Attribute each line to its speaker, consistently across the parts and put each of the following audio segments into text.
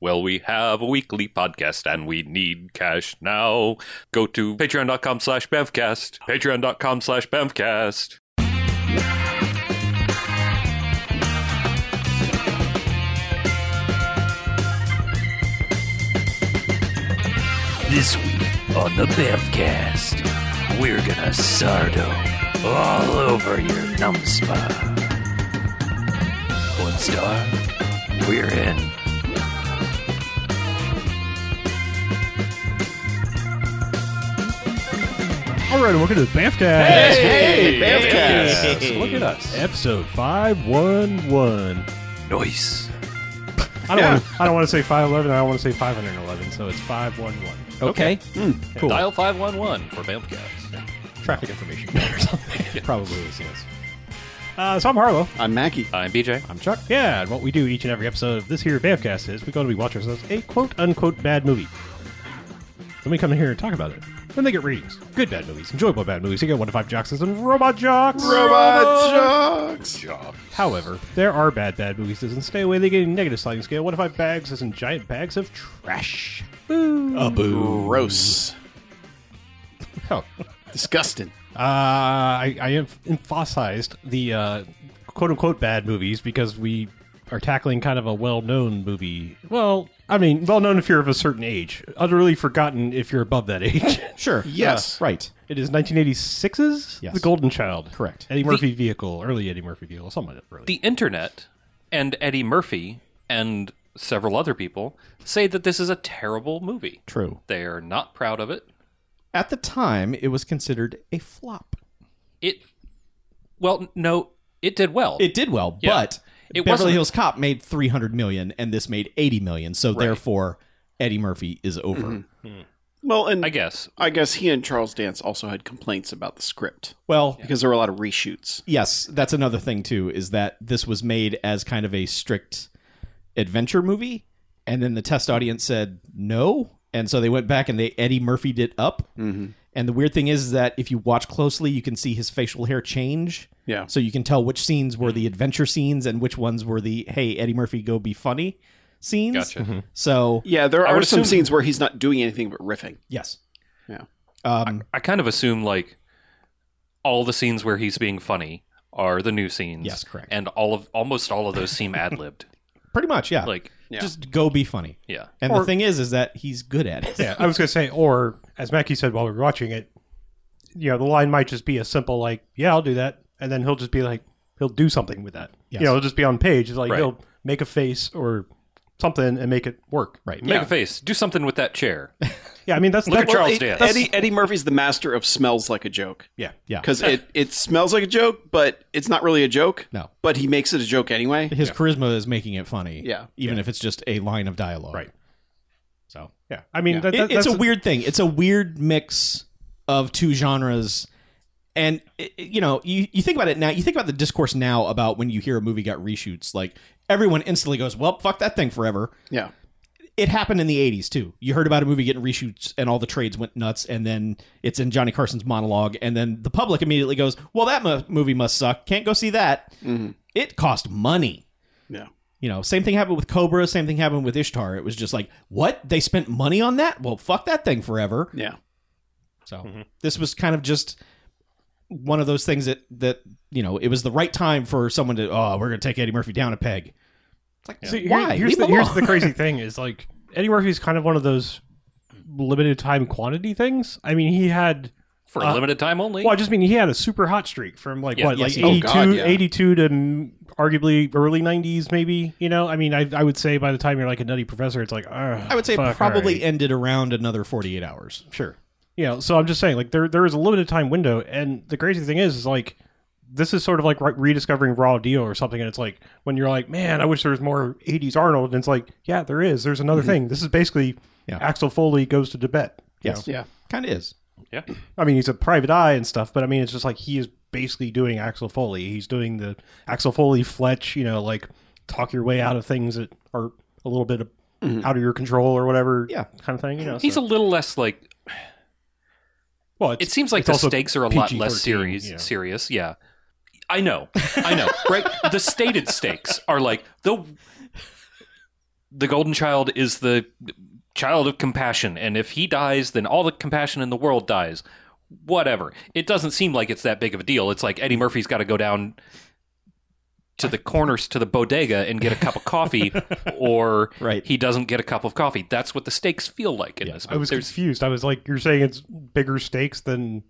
Speaker 1: Well, we have a weekly podcast and we need cash now. Go to patreon.com slash bevcast. Patreon.com slash bevcast.
Speaker 2: This week on the Bevcast, we're gonna sardo all over your numbspa. One star, we're in.
Speaker 3: All right, and welcome to the Banffcast.
Speaker 4: Hey,
Speaker 1: Bamfcast.
Speaker 4: Bamfcast.
Speaker 2: Look at us.
Speaker 3: Episode 511.
Speaker 2: Noise.
Speaker 3: I don't, want, I don't want to say 511, I want to say 511, so it's 511.
Speaker 2: Okay. Cool.
Speaker 1: Dial 511 for Bamcast.
Speaker 3: Oh, Traffic information or something. Probably is, yes. Uh, so I'm Harlow.
Speaker 4: I'm Mackie.
Speaker 1: I'm BJ.
Speaker 3: I'm Chuck. Yeah, and what we do each and every episode of this here Bamfcast is we go and we watch ourselves a quote unquote bad movie. Then we come in here and talk about it. Then they get ratings. Good bad movies, enjoyable bad movies. They get one to five jocks and robot jocks.
Speaker 4: Robot Jocks.
Speaker 3: However, there are bad bad movies that doesn't stay away. They get a negative sliding scale. One of five bags is in giant bags of trash.
Speaker 4: Gross.
Speaker 3: Oh.
Speaker 4: Disgusting.
Speaker 3: Uh, I, I have emphasized the uh, quote unquote bad movies because we are tackling kind of a well known movie. Well, I mean, well known if you're of a certain age, utterly forgotten if you're above that age.
Speaker 5: Sure.
Speaker 4: Yes.
Speaker 5: Uh, right.
Speaker 3: it is 1986's
Speaker 5: Yes.
Speaker 3: The Golden Child.
Speaker 5: Correct.
Speaker 3: Eddie Murphy vehicle, early Eddie Murphy vehicle, something like that, really.
Speaker 1: The internet and Eddie Murphy and several other people say that this is a terrible movie.
Speaker 5: True.
Speaker 1: They're not proud of it.
Speaker 5: At the time, it was considered a flop.
Speaker 1: It, well, no, it did well.
Speaker 5: It did well,
Speaker 1: Yeah.
Speaker 5: but
Speaker 1: It
Speaker 5: Beverly
Speaker 1: wasn't-
Speaker 5: Hills Cop made 300 million and this made 80 million, so therefore Eddie Murphy is over.
Speaker 4: Well, and
Speaker 1: I guess.
Speaker 4: I guess he and Charles Dance also had complaints about the script
Speaker 5: Well,
Speaker 4: because there were a lot of reshoots.
Speaker 5: yes, that's another thing too is that this was made as kind of a strict adventure movie and then the test audience said no, and so they went back and they Eddie Murphy did up.
Speaker 4: Mm-hmm.
Speaker 5: And the weird thing is that if you watch closely, you can see his facial hair change.
Speaker 4: Yeah.
Speaker 5: So you can tell which scenes were the adventure scenes and which ones were the hey Eddie Murphy go be funny scenes.
Speaker 1: Gotcha.
Speaker 5: So
Speaker 4: Yeah, there
Speaker 1: I
Speaker 4: are
Speaker 1: would
Speaker 4: some
Speaker 1: assume-
Speaker 4: scenes where he's not doing anything but riffing.
Speaker 5: yes,
Speaker 4: Yeah.
Speaker 5: um,
Speaker 1: I kind of assume like all the scenes where he's being funny are the new scenes.
Speaker 5: Yes, correct.
Speaker 1: And all of almost all of those seem ad libbed.
Speaker 5: pretty much yeah.
Speaker 1: Like,
Speaker 4: Yeah.
Speaker 5: just go be funny.
Speaker 1: yeah.
Speaker 5: And
Speaker 3: Or-
Speaker 5: the thing is, is that he's good at it.
Speaker 3: Yeah, I was gonna say, or as Mackie said while we were watching it, you know, the line might just be a simple like, "Yeah, I'll do that," and then he'll just be like, he'll do something with that.
Speaker 5: Yes.
Speaker 3: You know, it'll just be on page. It's like
Speaker 1: Right.
Speaker 3: he'll make a face or something and make it work.
Speaker 5: Right.
Speaker 1: Make a face. Do something with that chair.
Speaker 3: Yeah, I mean that's
Speaker 1: Look at
Speaker 3: that's-
Speaker 1: Charles
Speaker 4: Well, it-
Speaker 1: Dance.
Speaker 4: Eddie Eddie Murphy's the master of smells like a joke
Speaker 3: Yeah,
Speaker 5: Yeah.
Speaker 4: because it it smells like a joke, but it's not really a joke.
Speaker 5: No.
Speaker 4: but he makes it a joke anyway.
Speaker 5: His charisma is making it funny.
Speaker 4: Yeah.
Speaker 5: Even if it's just a line of dialogue.
Speaker 3: Right.
Speaker 5: So
Speaker 3: yeah. I mean,
Speaker 4: Yeah.
Speaker 3: That,
Speaker 5: It-
Speaker 3: that-
Speaker 5: it's
Speaker 3: that's
Speaker 5: a weird thing. It's a weird mix of two genres. And it, it- you know, you, you think about it now. You think about the discourse now about when you hear a movie got reshoots. Like everyone instantly goes, "Well, fuck that thing forever."
Speaker 4: Yeah,
Speaker 5: It happened in the '80s too. You heard about a movie getting reshoots, and all the trades went nuts. And then it's in Johnny Carson's monologue, and then the public immediately goes, "Well, that mu- movie must suck. Can't go see that." It cost money.
Speaker 4: yeah.
Speaker 5: You know, same thing happened with Cobra. Same thing happened with Ishtar. It was just like, what? They spent money on that? Well, fuck that thing forever.
Speaker 4: Yeah.
Speaker 5: So
Speaker 3: Mm-hmm.
Speaker 5: this was kind of just one of those things that that you know it was the right time for someone to oh we're gonna take Eddie Murphy down a peg. It's like
Speaker 3: See, here-
Speaker 5: why?
Speaker 3: here's
Speaker 5: Leave
Speaker 3: the
Speaker 5: him
Speaker 3: here's
Speaker 5: alone.
Speaker 3: the crazy thing is like Eddie Murphy's kind of one of those limited time quantity things. I mean, he had
Speaker 1: For a
Speaker 3: Uh,
Speaker 1: limited time only.
Speaker 3: Well, I just mean he had a super hot streak from like
Speaker 1: Yeah,
Speaker 3: what,
Speaker 1: yes,
Speaker 3: like
Speaker 1: he-
Speaker 4: oh,
Speaker 3: 82,
Speaker 4: God, yeah.
Speaker 3: 82 to mm, arguably early 90s, maybe. You know, I mean, I, I would say by the time you're like a nutty professor, it's like, "Ugh,
Speaker 5: I would say
Speaker 3: fuck,
Speaker 5: probably
Speaker 3: all right."
Speaker 5: ended around another forty eight hours.
Speaker 3: sure. You know, so I'm just saying, like, there there is a limited time window, and the crazy thing is, is like, this is sort of like re- rediscovering Raw Deal or something, and it's like when you're like, man, I wish there was more 80s Arnold, and it's like, yeah, there is. There's another thing. This is basically
Speaker 5: Yeah.
Speaker 3: Axel Foley goes to Tibet. you know?
Speaker 5: Yes,
Speaker 4: Yeah.
Speaker 5: kind of is.
Speaker 1: yeah.
Speaker 3: I mean, he's a private eye and stuff, but I mean, it's just like he is basically doing Axel Foley. He's doing the Axel Foley Fletch, you know, like talk your way out of things that are a little bit
Speaker 4: Mm-hmm.
Speaker 3: out of your control or whatever,
Speaker 5: Yeah.
Speaker 3: kind of thing. You know,
Speaker 1: He's a
Speaker 3: so-
Speaker 1: little less like
Speaker 3: well,
Speaker 1: it seems like
Speaker 3: it's
Speaker 1: the
Speaker 3: also
Speaker 1: stakes are a lot
Speaker 3: PG-13,
Speaker 1: less serious
Speaker 3: you know.
Speaker 1: serious. Yeah. I know. I know. Right? The stated stakes are like the the golden child is the child of compassion, and if he dies, then all the compassion in the world dies. Whatever. It doesn't seem like it's that big of a deal. It's like Eddie Murphy's got to go down to the corners to the bodega and get a cup of coffee, or
Speaker 5: Right.
Speaker 1: he doesn't get a cup of coffee. That's what the stakes feel like in this.
Speaker 3: I was
Speaker 1: There's-
Speaker 3: confused. I was like, you're saying it's bigger stakes than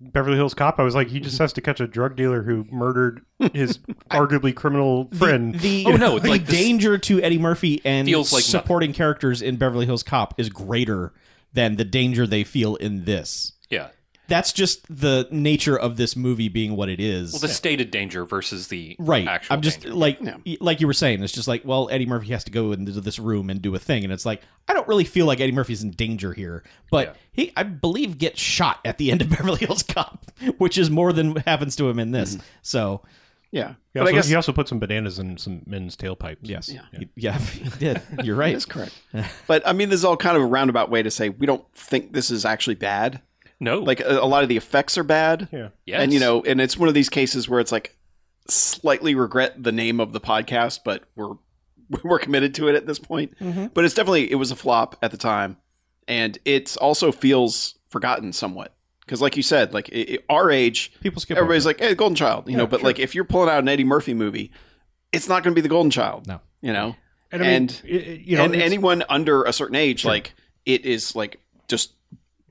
Speaker 3: Beverly Hills Cop. I was like, he
Speaker 4: Mm-hmm.
Speaker 3: just has to catch a drug dealer who murdered his arguably criminal friend.
Speaker 5: The,
Speaker 1: Oh, no,
Speaker 5: the
Speaker 1: like this-
Speaker 5: danger to Eddie Murphy and
Speaker 1: Feels like
Speaker 5: supporting characters in Beverly Hills Cop is greater than the danger they feel in this.
Speaker 1: yeah.
Speaker 5: That's just the nature of this movie being what it is.
Speaker 1: Well, the stated danger versus the
Speaker 5: right.
Speaker 1: actual
Speaker 5: I'm just
Speaker 1: danger.
Speaker 5: like y- like you were saying. It's just like well, Eddie Murphy has to go into this room and do a thing, and it's like I don't really feel like Eddie Murphy's in danger here, but he I believe gets shot at the end of Beverly Hills Cop, which is more than happens to him in this.
Speaker 1: Mm-hmm.
Speaker 5: So
Speaker 4: Yeah,
Speaker 3: He
Speaker 4: but I
Speaker 3: also,
Speaker 4: guess
Speaker 3: he also put some bananas in some men's tailpipes. Yes.
Speaker 5: yeah, yeah he did. You're right.
Speaker 4: that's correct. but I mean, this is all kind of a roundabout way to say we don't think this is actually bad.
Speaker 1: no, like
Speaker 4: Like a, a lot of the effects are bad.
Speaker 3: Yeah.
Speaker 1: yes.
Speaker 4: And you know, and it's one of these cases where it's like slightly regret the name of the podcast, but we're we're committed to it at this point. But it's definitely it was a flop at the time, and it also feels forgotten somewhat because, like you said, like i i- our age,
Speaker 5: People skip. over
Speaker 4: everybody's like, "Hey, Golden Child," you know. But like if you're pulling out an Eddie Murphy movie, it's not going to be the Golden Child.
Speaker 5: No.
Speaker 4: you know.
Speaker 3: And, I mean,
Speaker 4: And-
Speaker 3: it- it- you know,
Speaker 4: and
Speaker 3: it's-
Speaker 4: anyone under a certain age, like it is like just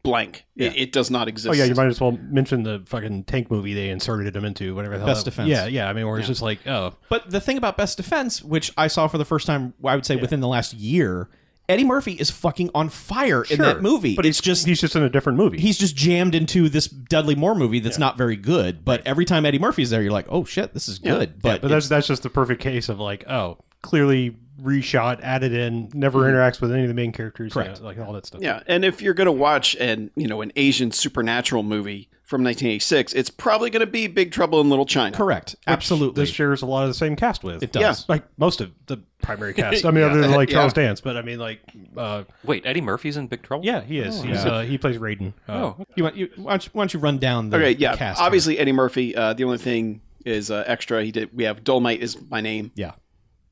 Speaker 4: blank. It, it does not exist.
Speaker 3: Oh yeah, you might as well mention the fucking tank movie they inserted him into, whatever the hell.
Speaker 5: Best
Speaker 3: that-
Speaker 5: Defense.
Speaker 3: Yeah, yeah. I mean, or it's just like, oh,
Speaker 5: But the thing about Best Defense, which I saw for the first time, I would say within the last year, Eddie Murphy is fucking on fire in
Speaker 3: sure,
Speaker 5: that movie.
Speaker 3: But
Speaker 5: But it's just
Speaker 3: he's just in a different movie.
Speaker 5: he's just jammed into this Dudley Moore movie that's not very good. But every time Eddie Murphy's there, you're like, oh shit, this is good. but
Speaker 3: but that's that's just the perfect case of like, oh, clearly reshot, added in, never interacts with any of the main characters, Mm-hmm. Correct. like all that stuff.
Speaker 4: Yeah, and if you're going to watch an you know an Asian supernatural movie from 1986, it's probably going to be Big Trouble in Little China.
Speaker 5: it's correct, absolutely.
Speaker 3: This shares a lot of the same cast with. It
Speaker 5: does. Yeah.
Speaker 3: Like most of the primary cast. I mean, other than like Charles Dance, but I mean, like, uh,
Speaker 1: wait, Eddie Murphy's in big trouble.
Speaker 3: yeah, he is. He's, Uh, he plays Raiden. Uh,
Speaker 1: Oh,
Speaker 5: you want you why don't you, why don't you run down the
Speaker 4: Okay, yeah.
Speaker 5: the cast? here?
Speaker 4: Obviously, Eddie Murphy. Uh, the only thing is uh, extra. He did. We have Dolmite is my name
Speaker 5: yeah.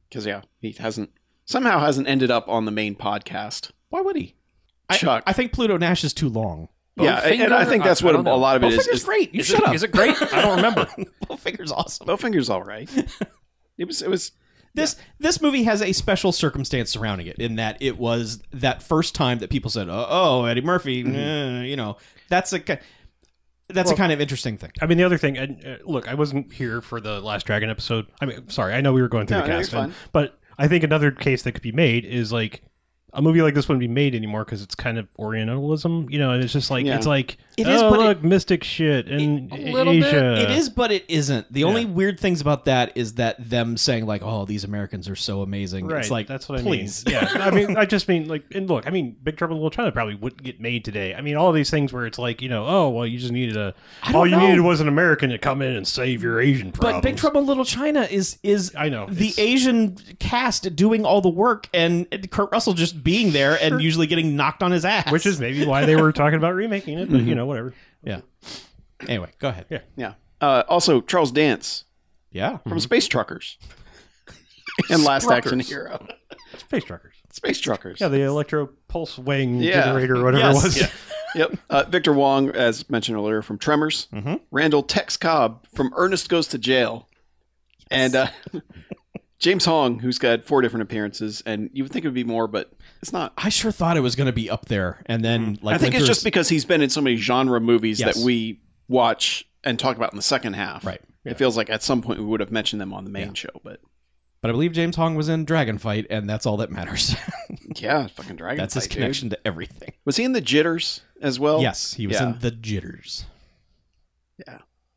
Speaker 4: because yeah, he hasn't somehow hasn't ended up on the main podcast.
Speaker 5: Why would he? I-
Speaker 4: Chuck.
Speaker 5: I, think Pluto Nash is too long.
Speaker 4: yeah, and- and I
Speaker 1: Bowfinger?
Speaker 4: think that's
Speaker 1: I-
Speaker 4: what
Speaker 1: I
Speaker 4: a
Speaker 1: don't know.
Speaker 4: lot of it is.
Speaker 5: Bowfinger's
Speaker 4: is
Speaker 5: great. You
Speaker 1: is
Speaker 5: shut
Speaker 1: it,
Speaker 5: up.
Speaker 1: is it great? I don't remember.
Speaker 5: Bowfinger's awesome.
Speaker 4: Bowfinger's all right. it was. It was.
Speaker 5: This this movie has a special circumstance surrounding it in that it was that first time that people said, "Oh, oh Eddie Murphy,"
Speaker 3: Mm-hmm.
Speaker 5: eh, you know. That's a ki- that's a kind of interesting thing.
Speaker 3: I mean, the other thing, and uh, look, I wasn't here for the Last Dragon episode. I mean, sorry, I know we were going through
Speaker 4: No,
Speaker 3: the
Speaker 4: no,
Speaker 3: cast,
Speaker 4: you're
Speaker 3: and-
Speaker 4: fine.
Speaker 3: but I think another case that could be made is like a movie like this wouldn't be made anymore because it's kind of Orientalism, you know, and it's just like
Speaker 4: Yeah.
Speaker 3: it's like
Speaker 5: It is,
Speaker 3: oh,
Speaker 5: but it-
Speaker 3: look, mystic shit in
Speaker 5: A little
Speaker 3: Asia.
Speaker 5: bit. It is, but it isn't. The only weird things about that is that them saying like, "Oh, these Americans are so amazing."
Speaker 3: Right,
Speaker 5: It's like,
Speaker 3: that's what I
Speaker 5: please.
Speaker 3: mean. Yeah, I mean, I just mean like, and look, I mean, Big Trouble in Little China probably wouldn't get made today. I mean, all these things where it's like, you know, oh well, you just needed a, all you
Speaker 5: know.
Speaker 3: needed was an American to come in and save your Asian
Speaker 5: But
Speaker 3: problems.
Speaker 5: Big Trouble in Little China is is
Speaker 3: I know,
Speaker 5: the
Speaker 3: it's-
Speaker 5: Asian cast doing all the work and Kurt Russell just being there and usually getting knocked on his ass.
Speaker 3: which is maybe why they were talking about remaking it, but you know, whatever.
Speaker 5: yeah. Anyway, go ahead.
Speaker 3: Yeah.
Speaker 4: Yeah. Uh, also, Charles Dance
Speaker 5: Yeah.
Speaker 4: from Space Truckers. and Last Action Hero.
Speaker 3: Space truckers.
Speaker 4: Space Truckers.
Speaker 3: Yeah, the electro pulse wing
Speaker 4: Yeah.
Speaker 3: generator or whatever
Speaker 5: Yes.
Speaker 3: it was.
Speaker 5: Yeah.
Speaker 4: yep. Uh, Victor Wong, as mentioned earlier, from Tremors.
Speaker 5: Mm-hmm.
Speaker 4: Randall Tex Cobb from Ernest Goes to Jail. And uh, James Hong, who's got four different appearances. And you would think it would be more, but it's not.
Speaker 5: I sure thought it was going to be up there, and then like
Speaker 4: Hmm. I think it's
Speaker 5: Winters-
Speaker 4: just because he's been in so many genre movies
Speaker 5: Yes.
Speaker 4: that we watch and talk about in the second half.
Speaker 5: Right.
Speaker 4: It feels like at some point we would have mentioned them on the main show, but
Speaker 5: But I believe James Hong was in Dragon Fight, and that's all that matters.
Speaker 4: yeah, fucking Dragon.
Speaker 5: that's his
Speaker 4: Fight, dude.
Speaker 5: connection to everything.
Speaker 4: Was he in the Jitters as well?
Speaker 5: yes, he was
Speaker 4: yeah.
Speaker 5: in the Jitters.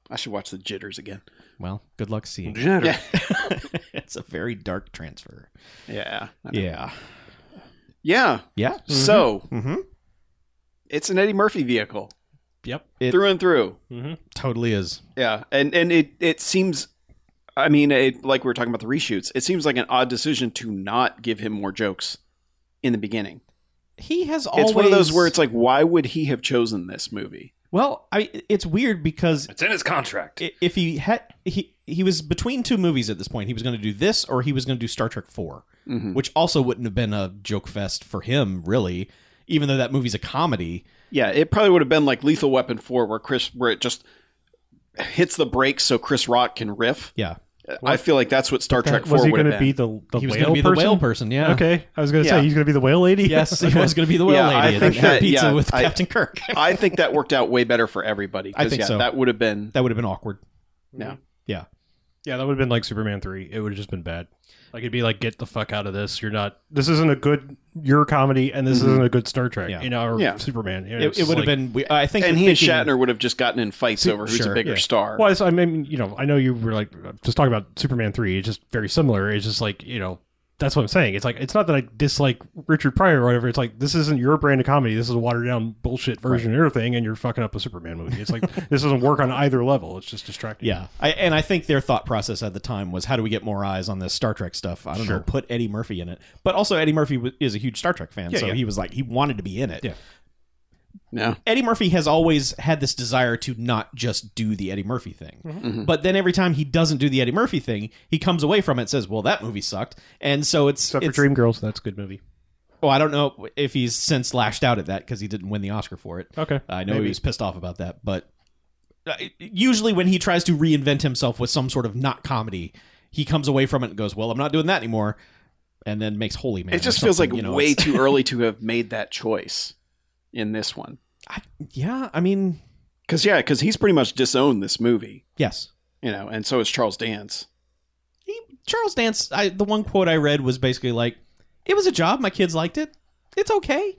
Speaker 4: I should watch the Jitters again.
Speaker 5: Well, good luck seeing.
Speaker 4: Yeah.
Speaker 5: it's a very dark transfer.
Speaker 4: Yeah.
Speaker 5: Yeah.
Speaker 4: Yeah.
Speaker 5: Yeah.
Speaker 4: So
Speaker 5: Mhm.
Speaker 4: it's an Eddie Murphy vehicle
Speaker 3: Yep.
Speaker 5: It- Mm-hmm.
Speaker 4: through and through.
Speaker 5: Totally is.
Speaker 4: Yeah, and and it it seems, I mean, it, like we were talking about the reshoots, it seems like an odd decision to not give him more jokes in the beginning.
Speaker 5: He has always.
Speaker 4: It's one of those where it's like, why would he have chosen this movie?
Speaker 5: Well, I it's weird because
Speaker 1: It's in his contract.
Speaker 5: i- if he had he he was between two movies at this point. He was going to do this or he was going to do Star Trek 4,
Speaker 4: Mm-hmm.
Speaker 5: which also wouldn't have been a joke fest for him really, even though that movie's a comedy.
Speaker 4: Yeah, it probably would have been like Lethal Weapon four, where Chris, where it just hits the brakes so Chris Rock can riff.
Speaker 5: Yeah.
Speaker 4: I feel like that's what Star Trek four
Speaker 3: was he
Speaker 4: would
Speaker 3: going
Speaker 4: have
Speaker 3: to be
Speaker 4: been.
Speaker 3: the, the
Speaker 5: he was
Speaker 3: whale
Speaker 5: going to be
Speaker 3: person?
Speaker 5: the whale person, yeah.
Speaker 3: Okay, I was going to
Speaker 4: Yeah.
Speaker 3: say he's going to be the whale lady.
Speaker 5: Yes, he was going to be the whale
Speaker 4: Yeah, I
Speaker 5: lady. and
Speaker 4: think
Speaker 5: then have
Speaker 4: that-
Speaker 5: pizza
Speaker 4: yeah,
Speaker 5: with
Speaker 4: I-
Speaker 5: Captain Kirk.
Speaker 4: I think that worked out way better for everybody. 'cause,
Speaker 5: I think
Speaker 4: yeah,
Speaker 5: so.
Speaker 4: That would have been
Speaker 5: that would have been awkward.
Speaker 4: yeah.
Speaker 5: Yeah.
Speaker 3: Yeah, that would have been like Superman three. It would have just been bad. Like it'd be like, get the fuck out of this. You're not. This isn't a good your comedy, and this isn't a good Star Trek.
Speaker 5: Yeah.
Speaker 3: You know, or
Speaker 4: Yeah.
Speaker 3: Superman. You know,
Speaker 5: It,
Speaker 3: it's
Speaker 5: it would
Speaker 3: like-
Speaker 5: have been we- I think
Speaker 4: And
Speaker 5: the
Speaker 4: he and
Speaker 5: thinking-
Speaker 4: Shatner would have just gotten in fights over who's
Speaker 5: sure,
Speaker 4: a bigger
Speaker 5: yeah.
Speaker 4: star.
Speaker 3: Well, it's- I mean, you know, I know you were like just talking about Superman three. It's just very similar. It's just like you know, that's what I'm saying. It's like it's not that I dislike Richard Pryor or whatever. It's like this isn't your brand of comedy. This is a watered down bullshit version of your thing, and you're fucking up a Superman movie. It's like this doesn't work on either level. It's just distracting.
Speaker 5: Yeah, I, and I think their thought process at the time was, how do we get more eyes on this Star Trek stuff? I don't know, put Eddie Murphy in it. But also, Eddie Murphy w- is a huge Star Trek fan,
Speaker 3: Yeah,
Speaker 5: so
Speaker 3: yeah.
Speaker 5: he was like, he wanted to be in it.
Speaker 3: Yeah.
Speaker 4: no.
Speaker 5: Eddie Murphy has always had this desire to not just do the Eddie Murphy thing.
Speaker 4: Mm-hmm.
Speaker 5: But then every time he doesn't do the Eddie Murphy thing, he comes away from it and says, well, that movie sucked. And so it's.
Speaker 3: Except
Speaker 5: it's-
Speaker 3: for Dreamgirls, that's a good movie.
Speaker 5: Well, I don't know if he's since lashed out at that because he didn't win the Oscar for it.
Speaker 3: Okay,
Speaker 5: I know
Speaker 3: Maybe.
Speaker 5: he was pissed off about that, but uh, usually when he tries to reinvent himself with some sort of not comedy, he comes away from it and goes, "Well, I'm not doing that anymore," and then makes Holy Man.
Speaker 4: It just
Speaker 5: or
Speaker 4: feels like
Speaker 5: something, you know,
Speaker 4: way
Speaker 5: it's-
Speaker 4: too early to have made that choice in this one.
Speaker 5: I, yeah, I mean,
Speaker 4: Because yeah, because he's pretty much disowned this movie,
Speaker 5: yes,
Speaker 4: you know, and so is Charles Dance.
Speaker 5: he, Charles Dance. I, the one quote I read was basically like, "It was a job. My kids liked it. It's okay."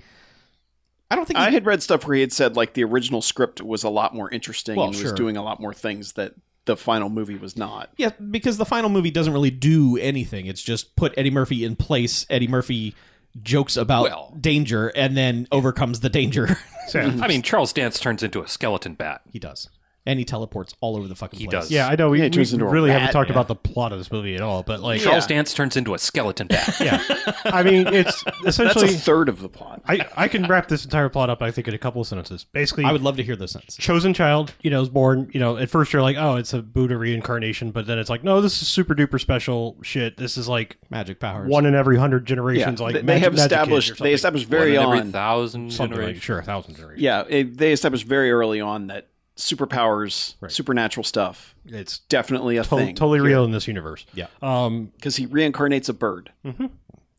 Speaker 5: I don't think he,
Speaker 4: I had read stuff where he had said like the original script was a lot more interesting
Speaker 5: Well,
Speaker 4: and
Speaker 5: sure.
Speaker 4: was doing a lot more things that the final movie was not.
Speaker 5: Yeah, because the final movie doesn't really do anything. It's just put Eddie Murphy in place. Eddie Murphy jokes about danger and then overcomes the danger.
Speaker 3: Sam.
Speaker 1: I mean, Charles Dance turns into a skeleton bat.
Speaker 5: he does. And he teleports all over the fucking
Speaker 1: He
Speaker 5: place.
Speaker 1: does.
Speaker 3: Yeah, I know we,
Speaker 4: Yeah, it
Speaker 3: we
Speaker 4: turns into a
Speaker 3: really haven't
Speaker 4: rat,
Speaker 3: talked about the plot of this movie at all, but like,
Speaker 1: Charles
Speaker 4: Yeah.
Speaker 1: Dance turns into a skeleton bat.
Speaker 3: yeah, I mean, it's
Speaker 4: That's a
Speaker 3: essentially.
Speaker 4: third of the plot.
Speaker 3: I, I can wrap this entire plot up, I think, in a couple of sentences. Basically,
Speaker 5: I would love to hear those sentences.
Speaker 3: chosen child, you know, is born. You know, at first you're like, oh, it's a Buddha reincarnation, but then it's like, no, this is super duper special shit. This is like
Speaker 5: Magic powers.
Speaker 3: one in every hundred
Speaker 4: Yeah,
Speaker 3: generations. Like
Speaker 4: they, they
Speaker 3: Magic-
Speaker 4: have
Speaker 3: Magic Kids or
Speaker 4: established they
Speaker 3: something.
Speaker 4: established very
Speaker 1: One in
Speaker 4: on
Speaker 1: every thousand
Speaker 3: Something like-
Speaker 1: generations.
Speaker 3: sure, a thousand generations.
Speaker 4: yeah it, they established very early on that superpowers, supernatural stuff,
Speaker 3: it's
Speaker 4: definitely a
Speaker 3: to-
Speaker 4: thing.
Speaker 3: totally real in this universe.
Speaker 5: Yeah.
Speaker 3: Um.
Speaker 4: because he reincarnates a bird.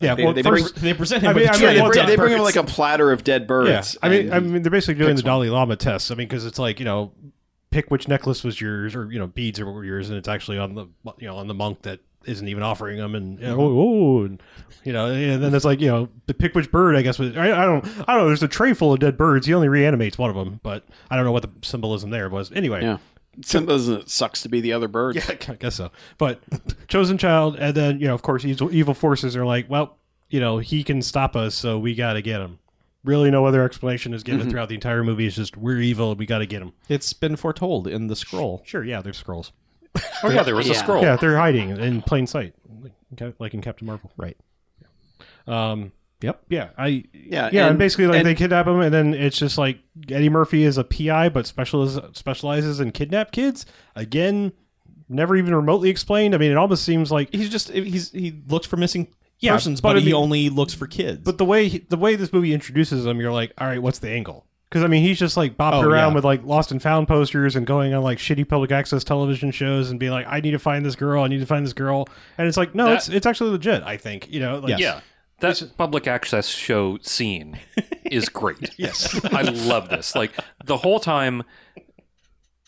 Speaker 3: Yeah.
Speaker 4: They-
Speaker 3: well,
Speaker 4: they
Speaker 3: first,
Speaker 5: They present him
Speaker 3: I mean, I
Speaker 5: with a
Speaker 3: mean,
Speaker 5: giant
Speaker 4: Yeah, they
Speaker 3: well
Speaker 4: bring,
Speaker 5: dead
Speaker 4: they bring him
Speaker 5: birds.
Speaker 4: like a platter of dead birds.
Speaker 3: Yeah, I mean,
Speaker 4: and
Speaker 3: I
Speaker 4: he-
Speaker 3: mean, they're basically doing
Speaker 4: picks
Speaker 3: the Dalai Lama test. I mean, because it's like you know, pick which necklace was yours, or you know, beads were yours, and it's actually on the you know on the monk that isn't even offering them, and you
Speaker 4: Mm-hmm.
Speaker 3: know, oh, oh, and you know, and then it's like you know, the pick which bird. I guess was I, I don't I don't know. There's a tray full of dead birds. He only reanimates one of them, but I don't know what the symbolism there was. Anyway,
Speaker 4: yeah. Sometimes it uh, sucks to be the other bird.
Speaker 3: yeah, I guess so. But chosen child, and then you know, of course, evil, evil forces are like, well, you know, he can stop us, so we got to get him. Really, no other explanation is given throughout the entire movie. It's just we're evil, and we got to get him.
Speaker 5: It's been foretold in the scroll.
Speaker 3: Sure, yeah, they're scrolls.
Speaker 1: Oh yeah, there was a
Speaker 4: Yeah.
Speaker 1: scroll.
Speaker 3: Yeah, they're hiding in plain sight, like in Cap- like in Captain Marvel.
Speaker 5: Right.
Speaker 3: Um,
Speaker 5: Yep.
Speaker 3: yeah, I
Speaker 4: Yeah,
Speaker 3: yeah, and,
Speaker 4: Uh, and-
Speaker 3: basically like
Speaker 4: and-
Speaker 3: they kidnap him, and then it's just like Eddie Murphy is a PI, but specializes specializes in kidnap kids. Again, never even remotely explained. I mean, it almost seems like
Speaker 5: He's just he's he looks for missing
Speaker 3: Yeah,
Speaker 5: persons,
Speaker 3: but
Speaker 5: but,
Speaker 3: I
Speaker 5: he
Speaker 3: mean-
Speaker 5: only looks for kids.
Speaker 3: But the way he- the way this movie introduces him, you're like, all right, what's the angle? Because I mean, he's just like bopping
Speaker 5: Oh,
Speaker 3: around
Speaker 5: yeah.
Speaker 3: with like lost and found posters and going on like shitty public access television shows and being like, I need to find this girl, I need to find this girl, and it's like, no,
Speaker 1: That-
Speaker 3: it's it's actually legit. I think you know, like,
Speaker 5: Yes.
Speaker 1: Yeah. That public access show scene is great. yes. I love this. Like the whole time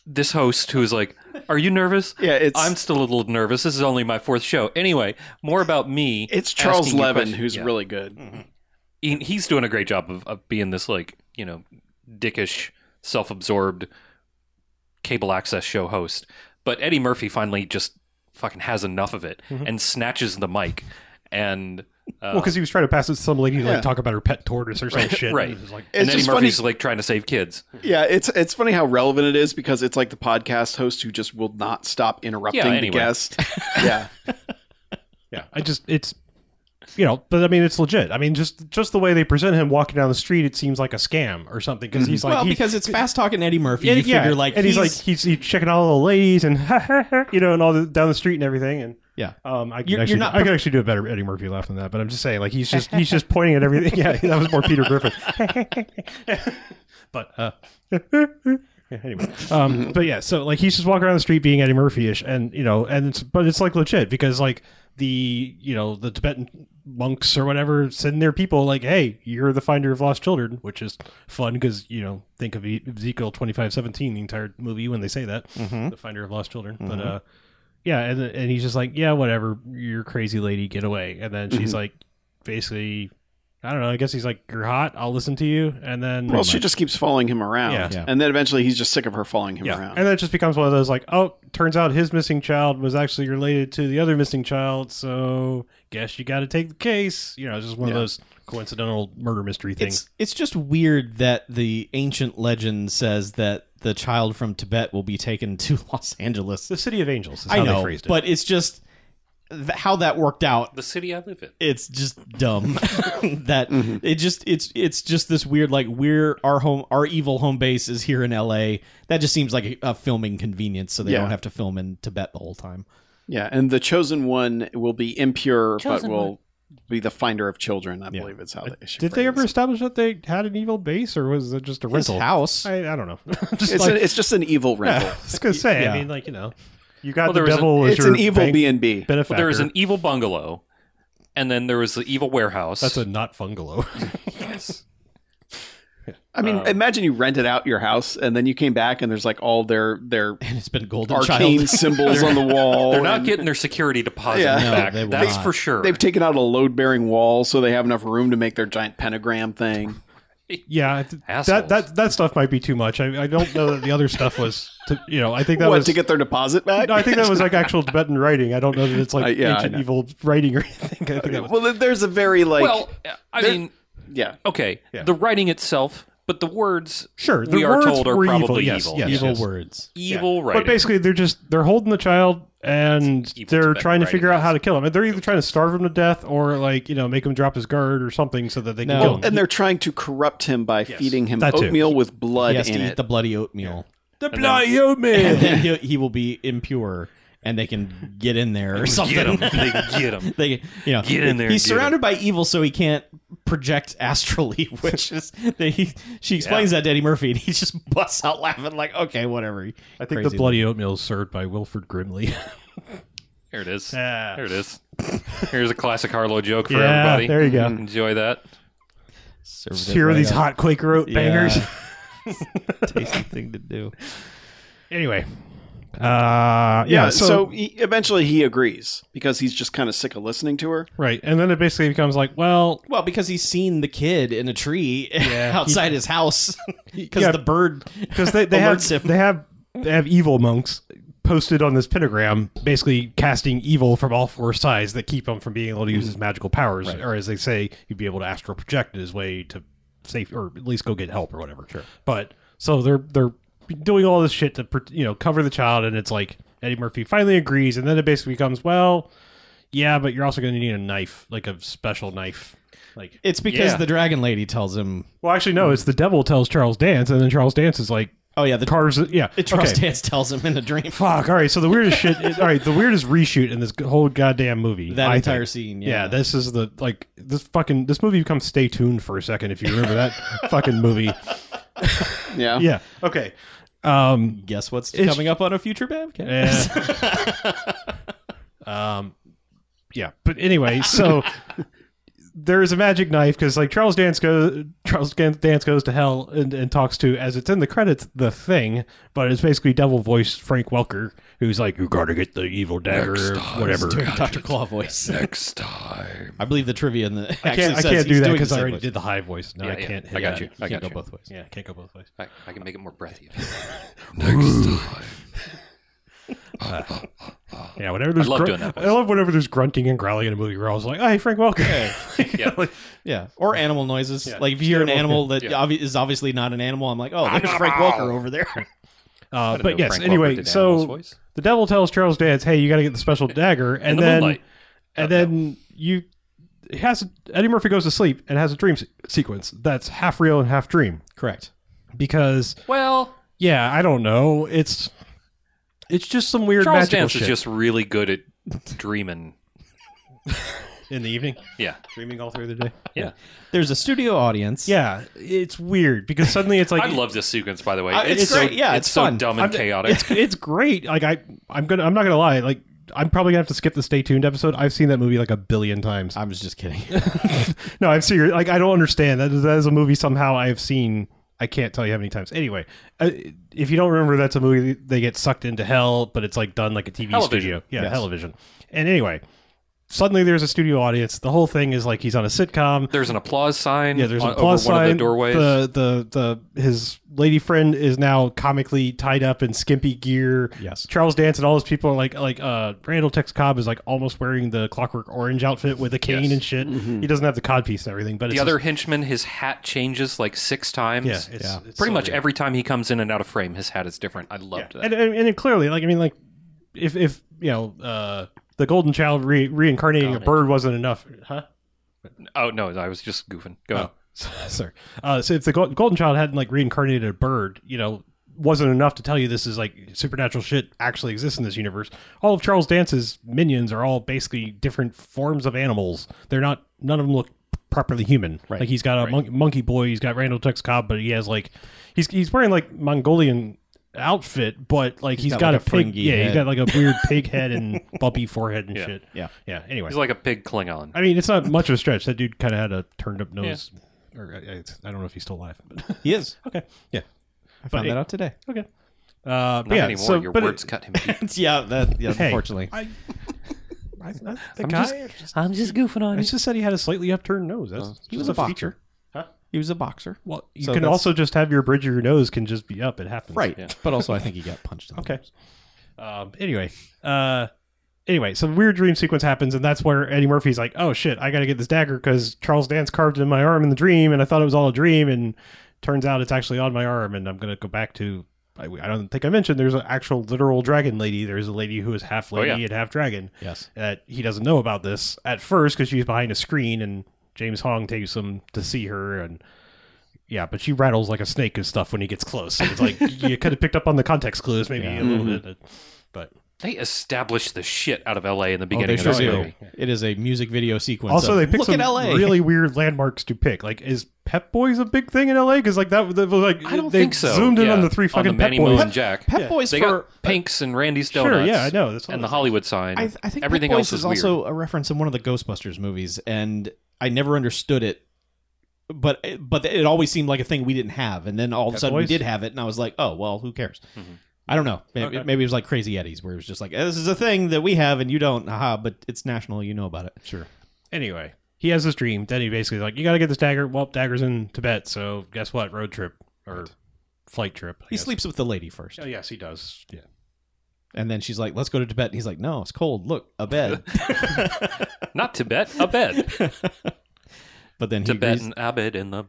Speaker 1: this host who is like, Are you nervous?
Speaker 4: Yeah, it's-
Speaker 1: I'm still a little nervous. This is only my fourth show. Anyway, more about me.
Speaker 4: It's Charles
Speaker 1: asking you
Speaker 4: Levin
Speaker 1: questions.
Speaker 4: who's
Speaker 1: Yeah. Mm-hmm.
Speaker 4: really good.
Speaker 1: he, he's doing a great job of, of being this like, you know, dickish, self absorbed cable access show host. But Eddie Murphy finally just fucking has enough of it
Speaker 4: Mm-hmm.
Speaker 1: and snatches the mic and uh,
Speaker 3: well, because he was trying to pass it to some lady to
Speaker 4: Yeah.
Speaker 3: like talk about her pet tortoise or some shit.
Speaker 1: right.
Speaker 3: And it was like,
Speaker 1: and
Speaker 4: It's
Speaker 1: Eddie
Speaker 4: just funny-
Speaker 1: Murphy's like trying to save kids.
Speaker 4: Yeah, it's it's funny how relevant it is because it's like the podcast host who just will not stop interrupting
Speaker 1: Yeah, anyway.
Speaker 4: the guest. yeah.
Speaker 3: yeah, I just it's you know, but I mean, it's legit. I mean, just just the way they present him walking down the street, it seems like a scam or something because he's like,
Speaker 5: Mm-hmm. well,
Speaker 3: he-
Speaker 5: because it's fast talking Eddie Murphy,
Speaker 3: yeah,
Speaker 5: you
Speaker 3: yeah,
Speaker 5: figure like
Speaker 3: and he's, like, he's, he's checking all the ladies and you know, and all the, down the street and everything, and.
Speaker 5: yeah.
Speaker 3: Um, I could
Speaker 5: You're-
Speaker 3: actually,
Speaker 5: you're not
Speaker 3: I could actually do a better Eddie Murphy laugh than that, but I'm just saying, like he's just he's just pointing at everything. Yeah, that was more Peter Griffin. but uh, yeah, anyway, um, but yeah, so like he's just walking around the street being Eddie Murphy-ish, and you know, and it's but it's like legit because like the you know the Tibetan monks or whatever send their people like, hey, you're the finder of lost children, which is fun because you know think of E- Ezekiel twenty five seventeen the entire movie when they say that
Speaker 4: Mm-hmm.
Speaker 3: the finder of lost children, but uh. Yeah, and and he's just like, yeah, whatever, you're a crazy lady, get away. And then
Speaker 4: Mm-hmm.
Speaker 3: she's like, basically, I don't know. I guess he's like, you're hot, I'll listen to you. And then
Speaker 4: Well, she just keeps following him around,
Speaker 3: Yeah.
Speaker 5: Yeah.
Speaker 4: and then eventually he's just sick of her following him
Speaker 3: yeah,
Speaker 4: around.
Speaker 3: and then it just becomes one of those like, oh, turns out his missing child was actually related to the other missing child, so guess you got to take the case. You know, it's just one of those coincidental murder mystery things.
Speaker 5: It's it's just weird that the ancient legend says that the child from Tibet will be taken to Los Angeles.
Speaker 3: the city of angels. Is
Speaker 5: I
Speaker 3: how they
Speaker 5: know,
Speaker 3: phrased it.
Speaker 5: but it's just th- how that worked out.
Speaker 1: The city I live in.
Speaker 5: It's just dumb that
Speaker 3: Mm-hmm.
Speaker 5: it just it's it's just this weird like we're our home our evil home base is here in L.A. That just seems like a, a filming convenience, so they
Speaker 4: Yeah.
Speaker 5: don't have to film in Tibet the whole time.
Speaker 4: Yeah, and the chosen one will be impure,
Speaker 1: Chosen
Speaker 4: but will be the finder of children. I believe it's how they should.
Speaker 3: Uh, did they
Speaker 4: phrase
Speaker 3: ever
Speaker 4: it.
Speaker 3: establish that they had an evil base, or was it just a
Speaker 5: His
Speaker 3: rental?
Speaker 5: house.
Speaker 3: I, I don't know. just
Speaker 4: It's,
Speaker 3: like,
Speaker 4: a- it's just an evil rental.
Speaker 3: I was gonna say.
Speaker 5: Yeah.
Speaker 3: I mean, like you know, you got
Speaker 1: Well, there
Speaker 3: the
Speaker 1: was an-
Speaker 3: devil as
Speaker 4: It's
Speaker 3: your
Speaker 4: an evil
Speaker 3: bank
Speaker 4: B and B.
Speaker 3: benefactor.
Speaker 1: Well, there was an evil bungalow, and then there was the evil warehouse.
Speaker 3: That's a not bungalow. yes.
Speaker 4: I mean, imagine you rented out your house, and then you came back, and there's like all their their
Speaker 5: and it's been Golden
Speaker 4: arcane
Speaker 5: Child.
Speaker 4: symbols on the wall.
Speaker 1: They're not
Speaker 4: and
Speaker 1: getting their security deposit
Speaker 4: Yeah. No,
Speaker 1: back.
Speaker 5: they will
Speaker 1: That's
Speaker 5: not.
Speaker 1: for sure.
Speaker 4: They've taken out a load bearing wall, so they have enough room to make their giant pentagram thing.
Speaker 3: Yeah, I th- that
Speaker 1: Assholes.
Speaker 3: that that stuff might be too much. I, I don't know that the other stuff was. To, you know, I think that
Speaker 4: what
Speaker 3: was.
Speaker 4: to get their deposit back?
Speaker 3: no, I think that was like actual Tibetan writing. I don't know that it's like
Speaker 4: Uh, yeah, I
Speaker 3: ancient
Speaker 4: know.
Speaker 3: evil writing or anything. I think that was.
Speaker 4: well, there- there's a very like
Speaker 1: well, I
Speaker 4: They're-
Speaker 1: mean,
Speaker 4: yeah.
Speaker 1: okay,
Speaker 3: Yeah.
Speaker 1: the writing itself, but the words
Speaker 3: Sure, the
Speaker 1: we are
Speaker 3: words
Speaker 1: told are
Speaker 3: were
Speaker 1: probably
Speaker 3: evil. Yes, yes,
Speaker 5: evil
Speaker 3: yes.
Speaker 5: words.
Speaker 1: Evil writing.
Speaker 3: But basically, they're just they're holding the child and
Speaker 1: It's evil Tibetan
Speaker 3: they're trying to
Speaker 1: writing,
Speaker 3: figure out how
Speaker 1: yes.
Speaker 3: to kill him. And they're either trying to starve him to death or like you know make him drop his guard or something so that they can
Speaker 5: No.
Speaker 3: kill
Speaker 5: Well,
Speaker 3: him.
Speaker 4: And they're trying to corrupt him by feeding him
Speaker 3: oh, that too.
Speaker 4: oatmeal with blood
Speaker 5: He has to
Speaker 4: in
Speaker 5: eat
Speaker 4: it.
Speaker 5: the bloody oatmeal.
Speaker 3: the bloody oatmeal.
Speaker 5: and then he, he will be impure and they can get in there or something.
Speaker 1: get them. They get them.
Speaker 5: They, you know,
Speaker 1: Get in there
Speaker 5: He's
Speaker 1: and get 'em.
Speaker 5: surrounded by evil, so he can't project astrally, which is they, he, she explains that to Eddie Murphy, and he just busts out laughing, like, "Okay, whatever."
Speaker 3: I think the
Speaker 5: Crazy.
Speaker 3: bloody oatmeal is served by Wilford Grimley.
Speaker 1: Here it is.
Speaker 3: Yeah.
Speaker 1: Here it is. Here's a classic Harlow joke for
Speaker 3: Yeah,
Speaker 1: everybody. Mm-hmm.
Speaker 3: there you go.
Speaker 1: Enjoy that.
Speaker 5: Served it
Speaker 3: Here are
Speaker 5: right
Speaker 3: these
Speaker 5: up.
Speaker 3: hot Quaker oat
Speaker 5: Yeah.
Speaker 3: bangers.
Speaker 5: tasty thing to do.
Speaker 3: Anyway. Uh, yeah,
Speaker 4: yeah,
Speaker 3: so,
Speaker 4: so, he, eventually he agrees because he's just kind of sick of listening to her.
Speaker 3: right, and then it basically becomes like, well,
Speaker 5: Well, because he's seen the kid in a tree outside his house because
Speaker 3: Yeah.
Speaker 5: the bird
Speaker 3: because they, they have
Speaker 5: Alerts him.
Speaker 3: they have they have evil monks posted on this pentagram, basically casting evil from all four sides that keep him from being able to use his magical powers, or as they say, he'd be able to astral project his way to safe, or at least go get help or whatever. Sure, but so they're they're doing all this shit to pr- you know cover the child, and it's like Eddie Murphy finally agrees, and then it basically becomes well. Yeah, but you're also going to need a knife, like a special knife. Like
Speaker 5: It's because
Speaker 1: Yeah.
Speaker 5: the dragon lady tells him.
Speaker 3: Well, actually, no. It's the devil tells Charles Dance, and then Charles Dance is like
Speaker 5: Oh yeah, the
Speaker 3: carves. It. Yeah,
Speaker 5: it Charles
Speaker 3: okay.
Speaker 5: Dance tells him in a dream
Speaker 3: Fuck. All right. So the weirdest shit. Is, all right. The weirdest reshoot in this whole goddamn movie.
Speaker 5: that
Speaker 3: I
Speaker 5: entire
Speaker 3: think.
Speaker 5: scene.
Speaker 3: Yeah.
Speaker 5: Yeah,
Speaker 3: This is the like this fucking this movie becomes Stay Tuned for a second if you remember that fucking movie.
Speaker 4: Yeah.
Speaker 3: Yeah. Okay. Um.
Speaker 5: guess what's
Speaker 3: It's-
Speaker 5: coming up on a future Babcast?
Speaker 3: Yeah. Eh. um. Yeah. But anyway, so. There is a magic knife because, like, Charles Dance goes Charles Gan- Dance goes to hell and, and talks to, as it's in the credits, the thing, but it's basically devil voice Frank Welker, who's like, "You gotta get the evil dagger, or whatever."
Speaker 5: Doctor Claw voice.
Speaker 1: Next time.
Speaker 5: I believe the trivia in the
Speaker 3: I can't, I can't do that because I already did the high voice. No,
Speaker 1: Yeah,
Speaker 3: I
Speaker 1: yeah.
Speaker 3: can't.
Speaker 1: I
Speaker 3: hit
Speaker 1: got
Speaker 3: that.
Speaker 1: you. I
Speaker 5: can't
Speaker 1: got
Speaker 5: go
Speaker 1: you.
Speaker 5: both ways.
Speaker 3: Yeah, I can't go both ways.
Speaker 1: I, I can make it more breathy. Next time.
Speaker 3: Yeah, whenever there's
Speaker 1: love
Speaker 3: grun-
Speaker 1: doing that
Speaker 3: I love whenever there's grunting and growling in a movie where I was like, "Hey, Frank Welker."
Speaker 1: Yeah.
Speaker 5: Yeah, or animal noises.
Speaker 3: Yeah.
Speaker 5: Like if you hear an
Speaker 3: Animal-
Speaker 5: animal that
Speaker 1: Yeah.
Speaker 5: obvi- is obviously not an animal, I'm like, oh, there's Frank Walker over there.
Speaker 3: Uh,
Speaker 1: didn't
Speaker 3: but
Speaker 1: know
Speaker 3: yes,
Speaker 1: Frank Welker
Speaker 3: anyway,
Speaker 1: did Animal's
Speaker 3: so
Speaker 1: voice.
Speaker 3: the devil tells Charles Dance, "Hey, you got to get the special dagger," and
Speaker 1: the
Speaker 3: then
Speaker 1: moonlight.
Speaker 3: and then you it has Eddie Murphy goes to sleep and has a dream se- sequence that's half real and half dream
Speaker 5: Correct.
Speaker 3: because
Speaker 1: Well,
Speaker 3: yeah, I don't know. It's it's just some weird
Speaker 1: Charles
Speaker 3: magical
Speaker 1: Dance
Speaker 3: shit
Speaker 1: is just really good at dreaming.
Speaker 3: in the evening,
Speaker 1: Yeah,
Speaker 3: dreaming all through the day.
Speaker 1: yeah.
Speaker 5: There's a studio audience.
Speaker 3: Yeah, it's weird because suddenly it's like
Speaker 1: I love this sequence, by the way.
Speaker 5: I- it's
Speaker 1: so,
Speaker 5: great. Yeah, it's
Speaker 1: so
Speaker 5: fun.
Speaker 1: dumb and chaotic.
Speaker 3: it's it's great. Like I I'm gonna I'm not gonna lie. Like I'm probably gonna have to skip the stay tuned episode. I've seen that movie like a billion times.
Speaker 5: I was just kidding.
Speaker 3: no, I'm serious. Like I don't understand that. That is a movie somehow I have seen. I can't tell you how many times. Anyway, uh, if you don't remember, that's a movie they get sucked into hell, but it's like done like a TV
Speaker 1: Television.
Speaker 3: studio. Yeah,
Speaker 5: Yes.
Speaker 3: television. And anyway, suddenly there's a studio audience. The whole thing is like he's on a sitcom.
Speaker 1: there's an applause sign.
Speaker 3: Yeah, there's
Speaker 1: on,
Speaker 3: a plus
Speaker 1: over one
Speaker 3: sign.
Speaker 1: of the doorways.
Speaker 3: The, the the his lady friend is now comically tied up in skimpy gear.
Speaker 5: Yes.
Speaker 3: Charles Dance and all his people are like like uh Randall Tex Cobb is like almost wearing the Clockwork Orange outfit with a cane
Speaker 1: Yes. Mm-hmm.
Speaker 3: and shit. He doesn't have the codpiece and everything, but
Speaker 1: the
Speaker 3: it's
Speaker 1: other
Speaker 3: just-
Speaker 1: henchman, his hat changes like six times.
Speaker 3: yeah, it's,
Speaker 5: Yeah.
Speaker 3: it's
Speaker 1: Pretty
Speaker 3: so
Speaker 1: much
Speaker 3: weird.
Speaker 1: every time he comes in and out of frame, his hat is different. I loved
Speaker 3: Yeah.
Speaker 1: that.
Speaker 3: And, and and it clearly like I mean like if if you know uh the golden child re- reincarnating a bird wasn't enough, huh?
Speaker 1: oh no, I was just goofing.
Speaker 3: Oh,
Speaker 1: Go. ahead.
Speaker 3: Sorry. Uh, so if the Gol- golden child hadn't like reincarnated a bird, you know, wasn't enough to tell you this is like supernatural shit actually exists in this universe. All of Charles Dance's minions are all basically different forms of animals. They're not. None of them look properly human. Right. Like he's got a mon- monkey boy. He's got Randall Tex Cobb, but he has like he's he's wearing like Mongolian outfit, but like he's
Speaker 5: got,
Speaker 3: got,
Speaker 5: like,
Speaker 3: a,
Speaker 5: a
Speaker 3: pig.
Speaker 5: Ferengi
Speaker 3: Yeah, he's
Speaker 5: head.
Speaker 3: got like a weird pig head and bumpy forehead and shit.
Speaker 5: Yeah.
Speaker 3: Yeah. Anyway,
Speaker 1: He's like a pig Klingon.
Speaker 3: I mean, it's not much of a stretch. That dude kind of had a turned up nose. Or I, I I don't know if he's still alive. But
Speaker 5: He is.
Speaker 3: okay, yeah,
Speaker 5: I found that out today.
Speaker 3: okay. Uh, but
Speaker 1: Not
Speaker 3: yeah,
Speaker 1: anymore.
Speaker 3: so
Speaker 1: Your
Speaker 3: but
Speaker 1: words
Speaker 3: it,
Speaker 1: cut him. deep.
Speaker 5: yeah, that, yeah
Speaker 3: Hey.
Speaker 5: unfortunately.
Speaker 3: I, I, I, the guy, just,
Speaker 2: I'm just goofing on
Speaker 3: I just said he had a slightly upturned nose. That's
Speaker 5: he
Speaker 3: just
Speaker 5: was a boxer.
Speaker 3: feature.
Speaker 5: He was a boxer.
Speaker 3: Well, you
Speaker 5: So
Speaker 3: can
Speaker 5: that's-
Speaker 3: also just have your bridge of your nose can just be up. It happens,
Speaker 5: Right. But also, I think he got punched. In the
Speaker 3: Okay.
Speaker 5: nose.
Speaker 3: Um, anyway, uh, anyway, so weird dream sequence happens, and that's where Eddie Murphy's like, "Oh shit, I got to get this dagger because Charles Dance carved it in my arm in the dream, and I thought it was all a dream, and turns out it's actually on my arm, and I'm gonna go back to." I, I don't think I mentioned there's an actual literal dragon lady. There's a lady who is half lady
Speaker 1: yeah.
Speaker 3: and half dragon.
Speaker 5: Yes.
Speaker 3: That he doesn't know about this at first because she's behind a screen and James Hong takes him to see her and yeah, but she rattles like a snake and stuff when he gets close. So it's like you could have picked up on the context clues maybe a little bit, but
Speaker 1: they established the shit out of L.A. in the
Speaker 5: Oh, they
Speaker 1: beginning
Speaker 5: sure
Speaker 1: of this
Speaker 5: do.
Speaker 1: movie.
Speaker 5: It is a music video sequence.
Speaker 3: also
Speaker 5: of,
Speaker 3: they picked
Speaker 5: Look at
Speaker 3: some
Speaker 5: LA.
Speaker 3: really weird landmarks to pick. Like is Pep Boys a big thing in LA? Because like that, that was like
Speaker 1: I don't
Speaker 3: they
Speaker 1: think so.
Speaker 3: zoomed in
Speaker 1: Yeah,
Speaker 3: on the three
Speaker 1: on
Speaker 3: fucking
Speaker 1: the
Speaker 3: Pep
Speaker 1: Manny Moe
Speaker 3: Boys. uh,
Speaker 1: and Jack.
Speaker 5: Pep Boys
Speaker 1: They
Speaker 5: for.
Speaker 1: got Pink's and Randy's
Speaker 3: Sure,
Speaker 1: donuts.
Speaker 3: yeah, I know. That's what
Speaker 1: and
Speaker 3: I
Speaker 1: the
Speaker 3: was-
Speaker 1: Hollywood sign.
Speaker 5: I, I think
Speaker 1: everything
Speaker 5: Pep Boys
Speaker 1: else is,
Speaker 5: is
Speaker 1: weird.
Speaker 5: also a reference in one of the Ghostbusters movies, and I never understood it. But but it always seemed like a thing we didn't have, and then all of a
Speaker 3: Pep
Speaker 5: sudden
Speaker 3: Boys?
Speaker 5: we did have it, and I was like, oh well, who cares?
Speaker 1: Mm-hmm.
Speaker 5: I don't know. Maybe,
Speaker 3: Okay.
Speaker 5: maybe it was like Crazy Eddies, where it was just like, this is a thing that we have and you don't, haha, but it's national, you know about it.
Speaker 3: Sure. Anyway, he has this dream. Then he basically is like, you got to get this dagger. Well, dagger's in Tibet, so guess what? Road trip or flight trip. I
Speaker 5: He
Speaker 3: guess.
Speaker 5: sleeps with the lady first,
Speaker 3: Oh yes, he does. Yeah.
Speaker 5: and then she's like, let's go to Tibet, and he's like, no, it's cold. Look, a bed.
Speaker 1: not Tibet, a bed.
Speaker 5: But then he agrees,
Speaker 1: Tibetan Abed in the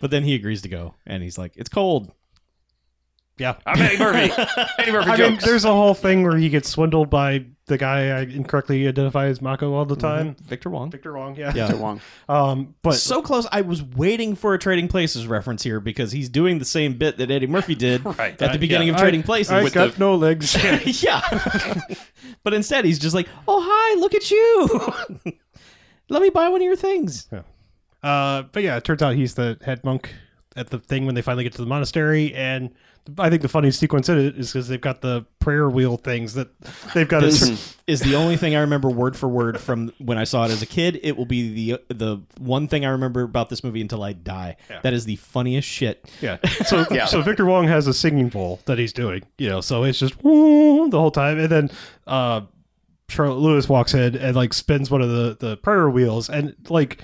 Speaker 5: but then he agrees to go, and he's like, it's cold.
Speaker 3: Yeah.
Speaker 1: I'm Eddie Murphy. Eddie Murphy
Speaker 3: I mean,
Speaker 1: jokes.
Speaker 3: there's a whole thing where he gets swindled by the guy I incorrectly identify as Mako all the time.
Speaker 5: Mm-hmm. Victor Wong.
Speaker 3: Victor Wong, yeah.
Speaker 5: Yeah.
Speaker 4: Wong.
Speaker 3: Um, but
Speaker 5: so close. I was waiting for a Trading Places reference here because he's doing the same bit that Eddie Murphy did
Speaker 1: Right.
Speaker 5: at the beginning
Speaker 3: yeah,
Speaker 5: of Trading
Speaker 3: I,
Speaker 5: Places.
Speaker 3: I
Speaker 5: with
Speaker 3: got no legs.
Speaker 5: the- yeah. but instead, he's just like, "Oh hi, look at you. Let me buy one of your things."
Speaker 3: uh, but yeah, it turns out he's the head monk at the thing when they finally get to the monastery, and I think the funniest sequence in it is because they've got the prayer wheel things that they've got. to turn-
Speaker 5: This is the only thing I remember word for word from when I saw it as a kid. It will be the the one thing I remember about this movie until I die. That is the funniest shit.
Speaker 3: Yeah. So so Victor Wong has a singing bowl that he's doing, you know, so it's just "Woo," the whole time. And then uh Charlotte Lewis walks in and like spins one of the the prayer wheels and like